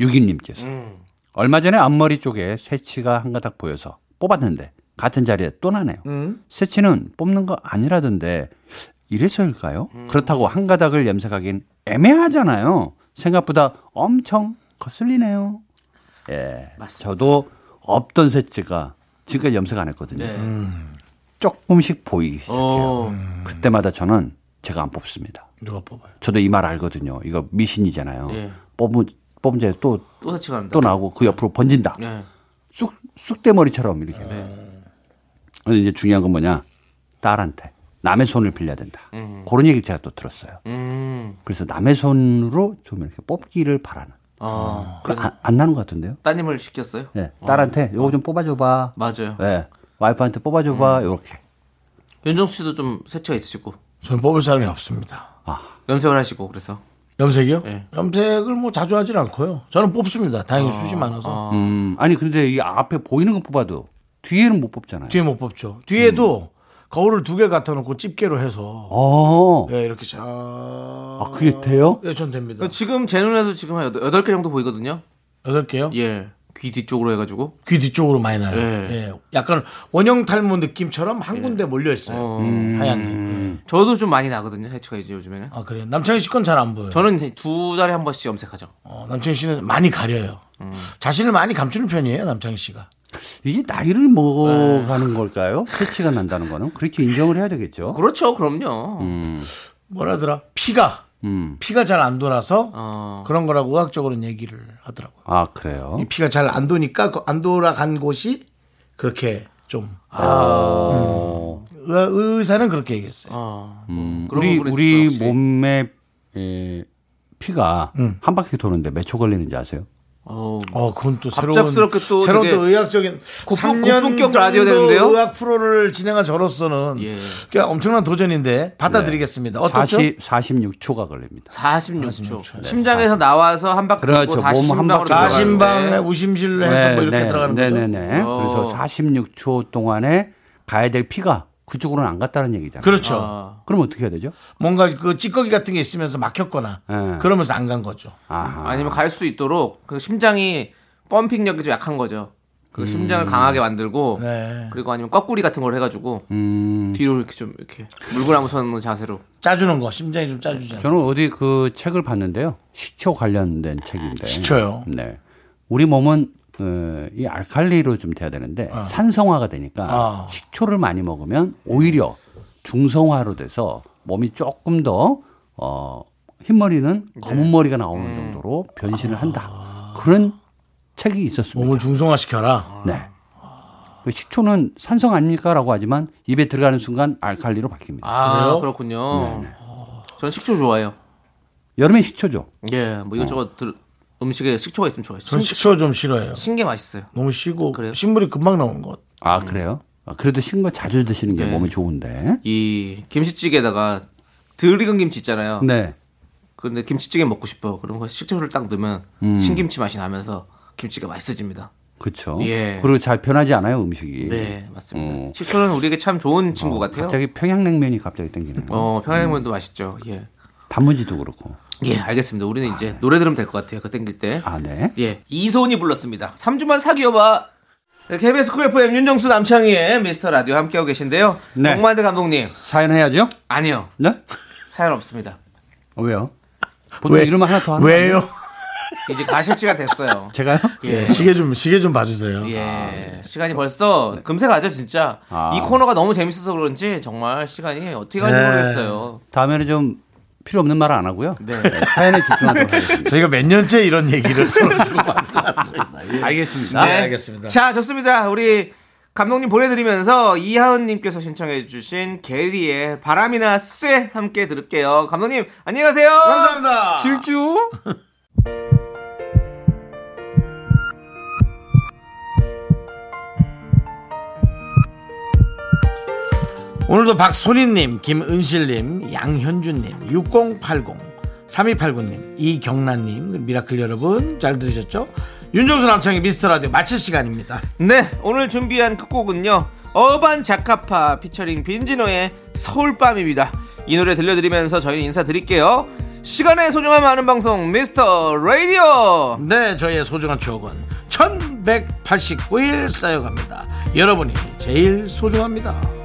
Speaker 5: 9762님께서 얼마 전에 앞머리 쪽에 새치가 한 가닥 보여서 뽑았는데 같은 자리에 또 나네요. 새치는 뽑는 거 아니라던데 이래서일까요? 그렇다고 한 가닥을 염색하긴 애매하잖아요. 생각보다 엄청 거슬리네요. 예, 저도 없던 새치가 지금까지 염색 안 했거든요. 음. 조금씩 보이기 시작해요. 그때마다 저는 제가 안 뽑습니다.
Speaker 1: 누가 뽑아요?
Speaker 5: 저도 이 말 알거든요. 이거 미신이잖아요. 뽑은 뽑은 자에 또 또
Speaker 2: 또 사치가 한다.
Speaker 5: 나오고 그 옆으로 번진다.
Speaker 2: 네.
Speaker 5: 쑥 쑥대머리처럼 이렇게. 근데 이제 중요한 건 뭐냐? 딸한테 남의 손을 빌려야 된다. 그런 얘기를 제가 또 들었어요. 그래서 남의 손으로 좀 이렇게 뽑기를 바라는.
Speaker 2: 아,
Speaker 5: 그거 안, 안 나는 것 같은데요?
Speaker 2: 따님을 시켰어요?
Speaker 5: 예. 딸한테 요거 좀 뽑아줘봐.
Speaker 2: 맞아요.
Speaker 5: 예. 와이프한테 뽑아줘봐. 요렇게.
Speaker 2: 윤정수 씨도 좀 세치가 있으시고
Speaker 4: 저는 뽑을 사람이 없습니다.
Speaker 2: 염색을 하시고 그래서
Speaker 4: 염색이요?
Speaker 2: 예.
Speaker 4: 염색을 뭐 자주 하진 않고요. 저는 뽑습니다. 다행히 숱이 많아서.
Speaker 5: 음, 아니 근데 이 앞에 보이는 건 뽑아도 뒤에는 못 뽑잖아요.
Speaker 4: 뒤에 못 뽑죠. 뒤에도 거울을 두 개 갖다 놓고 집게로 해서
Speaker 5: 어.
Speaker 1: 네,
Speaker 4: 예, 이렇게 자. 아,
Speaker 5: 아, 그게 돼요?
Speaker 4: 예, 전 됩니다.
Speaker 2: 그러니까 지금 제 눈에도 지금 한 여덟- 여덟 개 정도 보이거든요.
Speaker 4: 여덟 개요?
Speaker 2: 예. 귀 뒤쪽으로 해가지고
Speaker 4: 귀 뒤쪽으로 많이 나요.
Speaker 2: 예.
Speaker 4: 예. 약간 원형 탈모 느낌처럼 한 군데 몰려 있어요. 하얀 게.
Speaker 2: 음. 저도 좀 많이 나거든요. 세치가 이제 요즘에는.
Speaker 4: 아 그래요. 남창희 씨 건 잘 안 보여요.
Speaker 2: 저는 이제 두 달에 한 번씩 염색하죠.
Speaker 4: 어, 남창희 씨는 많이 가려요. 자신을 많이 감추는 편이에요, 남창희 씨가.
Speaker 5: 이게 나이를 먹어가는 걸까요? 패치가 난다는 거는 그렇게 인정을 해야
Speaker 2: 네.
Speaker 5: 되겠죠.
Speaker 2: 그렇죠, 그럼요.
Speaker 4: 뭐라더라? 피가
Speaker 5: 음.
Speaker 4: 피가 잘 안 돌아서
Speaker 2: 어.
Speaker 4: 그런 거라고 의학적으로는 얘기를 하더라고요.
Speaker 5: 아 그래요.
Speaker 4: 이 피가 잘 안 도니까 그- 안 돌아간 곳이 그렇게 좀 음.
Speaker 5: 어,
Speaker 4: 의- 의사는 그렇게 얘기했어요.
Speaker 2: 어. 그런
Speaker 5: 우리
Speaker 2: 부분에
Speaker 5: 우리
Speaker 2: 있어서 혹시-
Speaker 5: 몸에 에, 피가
Speaker 4: 음.
Speaker 5: 한 바퀴 도는데 몇 초 걸리는지 아세요?
Speaker 2: 어우,
Speaker 4: 어, 그건 또 새로운
Speaker 2: 갑작스럽게 또
Speaker 4: 새로운
Speaker 2: 되게
Speaker 4: 또 의학적인
Speaker 2: 고품-
Speaker 4: 3년
Speaker 2: 고품격
Speaker 4: 정도
Speaker 2: 라디오 되는데요?
Speaker 4: 의학 프로를 진행한 저로서는
Speaker 2: 예.
Speaker 4: 그러니까 엄청난 도전인데
Speaker 5: 네.
Speaker 4: 받아들이겠습니다. 어떻죠?
Speaker 5: 40 46초가 걸립니다.
Speaker 2: 46초. 심장에서 나와서 한 바퀴
Speaker 5: 그렇죠.
Speaker 2: 돌고 다시
Speaker 5: 몸한
Speaker 2: 심장으로
Speaker 5: 바퀴
Speaker 2: 들어가는데.
Speaker 4: 자신방에 우심실로 해서 뭐 이렇게 들어가는 거죠.
Speaker 5: 네, 네네네.
Speaker 2: 어.
Speaker 5: 그래서 46초 동안에 가야 될 피가 그쪽으로는 안 갔다는 얘기잖아요.
Speaker 4: 그렇죠.
Speaker 2: 아,
Speaker 5: 그럼 어떻게 해야 되죠?
Speaker 4: 뭔가 그 찌꺼기 같은 게 있으면서 막혔거나
Speaker 5: 예.
Speaker 4: 그러면서 안 간 거죠.
Speaker 5: 아하.
Speaker 2: 아니면 갈 수 있도록 그 심장이 펌핑력이 좀 약한 거죠. 그 심장을 강하게 만들고
Speaker 4: 음. 네. 음.
Speaker 2: 그리고 아니면 거꾸리 같은 걸 해가지고 뒤로 이렇게 좀 이렇게 물구나무 서는 자세로.
Speaker 4: 짜주는 거 심장이 좀 짜주잖아요.
Speaker 5: 저는 어디 그 책을 봤는데요. 식초 관련된 책인데.
Speaker 4: 지쳐요.
Speaker 5: 네. 우리 몸은 어, 이 알칼리로 좀 돼야 되는데 산성화가 되니까
Speaker 4: 아.
Speaker 5: 식초를 많이 먹으면 오히려 중성화로 돼서 몸이 조금 더 어, 흰머리는
Speaker 4: 네.
Speaker 5: 검은 머리가 나오는
Speaker 4: 음.
Speaker 5: 정도로 변신을 한다. 그런 책이 있었습니다.
Speaker 4: 아. 몸을 중성화시켜라.
Speaker 5: 네. 그 식초는 산성 아닙니까라고 하지만 입에 들어가는 순간 알칼리로 바뀝니다.
Speaker 2: 아
Speaker 4: 그래요?
Speaker 2: 그렇군요. 전 식초 좋아해요.
Speaker 5: 여름엔 식초죠.
Speaker 2: 예, 뭐 이것저것 들- 음식에 식초가 있으면 좋아요. 신,
Speaker 4: 저는 식초 좀 싫어해요. 뭐?
Speaker 2: 신게 맛있어요.
Speaker 4: 너무 쉬고
Speaker 2: 그래요?
Speaker 4: 신물이 금방 나오는 것.
Speaker 5: 아 그래요? 아, 그래도 신 거 자주 드시는 게
Speaker 2: 네.
Speaker 5: 몸에 좋은데.
Speaker 2: 이 김치찌개에다가 덜 익은 김치
Speaker 4: 음.
Speaker 2: 있잖아요.
Speaker 5: 네.
Speaker 2: 근데 김치찌개 먹고 싶어. 그럼 그 식초를 딱 넣으면
Speaker 4: 음.
Speaker 2: 신김치 맛이 나면서 김치가 맛있어집니다.
Speaker 5: 그렇죠.
Speaker 2: 예.
Speaker 5: 그리고 잘 변하지 않아요 음식이.
Speaker 2: 네, 맞습니다.
Speaker 5: 어.
Speaker 2: 식초는 우리에게 참 좋은 친구
Speaker 5: 어,
Speaker 2: 같아요.
Speaker 5: 갑자기 음. 평양냉면이 갑자기 땡기는 거.
Speaker 2: 어, 평양냉면도 맛있죠. 예.
Speaker 5: 단무지도 그렇고.
Speaker 2: 예, 알겠습니다. 우리는 이제 노래 들으면 될 것 같아요. 그 땡길 때.
Speaker 5: 아 네.
Speaker 2: 예. 이소은이 불렀습니다. 3주만 사귀어봐. 네, KBS 쿨 FM 윤정수 남창희의 미스터 라디오 함께하고 계신데요.
Speaker 5: 네.
Speaker 2: 정만대 감독님.
Speaker 5: 사연 해야죠?
Speaker 2: 아니요.
Speaker 5: 네?
Speaker 2: 사연 없습니다.
Speaker 5: 어, 왜요? 보통 이러면 하나 더 하는 거
Speaker 4: 왜요?
Speaker 2: 이제 가실지가 됐어요.
Speaker 5: 아니에요? 제가요?
Speaker 2: 예.
Speaker 4: 시계 좀 시계 좀 봐주세요.
Speaker 2: 예. 시간이 벌써 금세 가죠, 진짜.
Speaker 5: 네. 아.
Speaker 2: 이 코너가 너무 재밌어서 그런지 정말 시간이 어떻게 가는지
Speaker 4: 네.
Speaker 2: 모르겠어요.
Speaker 5: 다음에는 좀 필요 없는 말을 안 하고요.
Speaker 2: 네.
Speaker 5: 사연에 집중하도록 하겠습니다.
Speaker 4: 저희가 몇 년째 이런 얘기를 서로 주고
Speaker 2: 알겠습니다.
Speaker 4: 네, 알겠습니다.
Speaker 2: 자, 좋습니다. 우리 감독님 보내드리면서 이하은님께서 신청해주신 게리의 바람이나 쇠 함께 들을게요. 감독님, 안녕히 가세요.
Speaker 4: 감사합니다.
Speaker 2: 질주.
Speaker 4: 오늘도 박소린님, 김은실님, 양현준님, 6080, 3289님, 이경란님, 미라클 여러분 잘 들으셨죠? 윤정수 남창의 미스터라디오 마칠 시간입니다.
Speaker 2: 네, 오늘 준비한 끝곡은요. 어반 자카파 피처링 빈지노의 서울밤입니다. 이 노래 들려드리면서 저희는 인사드릴게요. 시간의 소중함 아는 방송 미스터 라디오.
Speaker 4: 네, 저희의 소중한 추억은 1189일 쌓여갑니다. 여러분이 제일 소중합니다.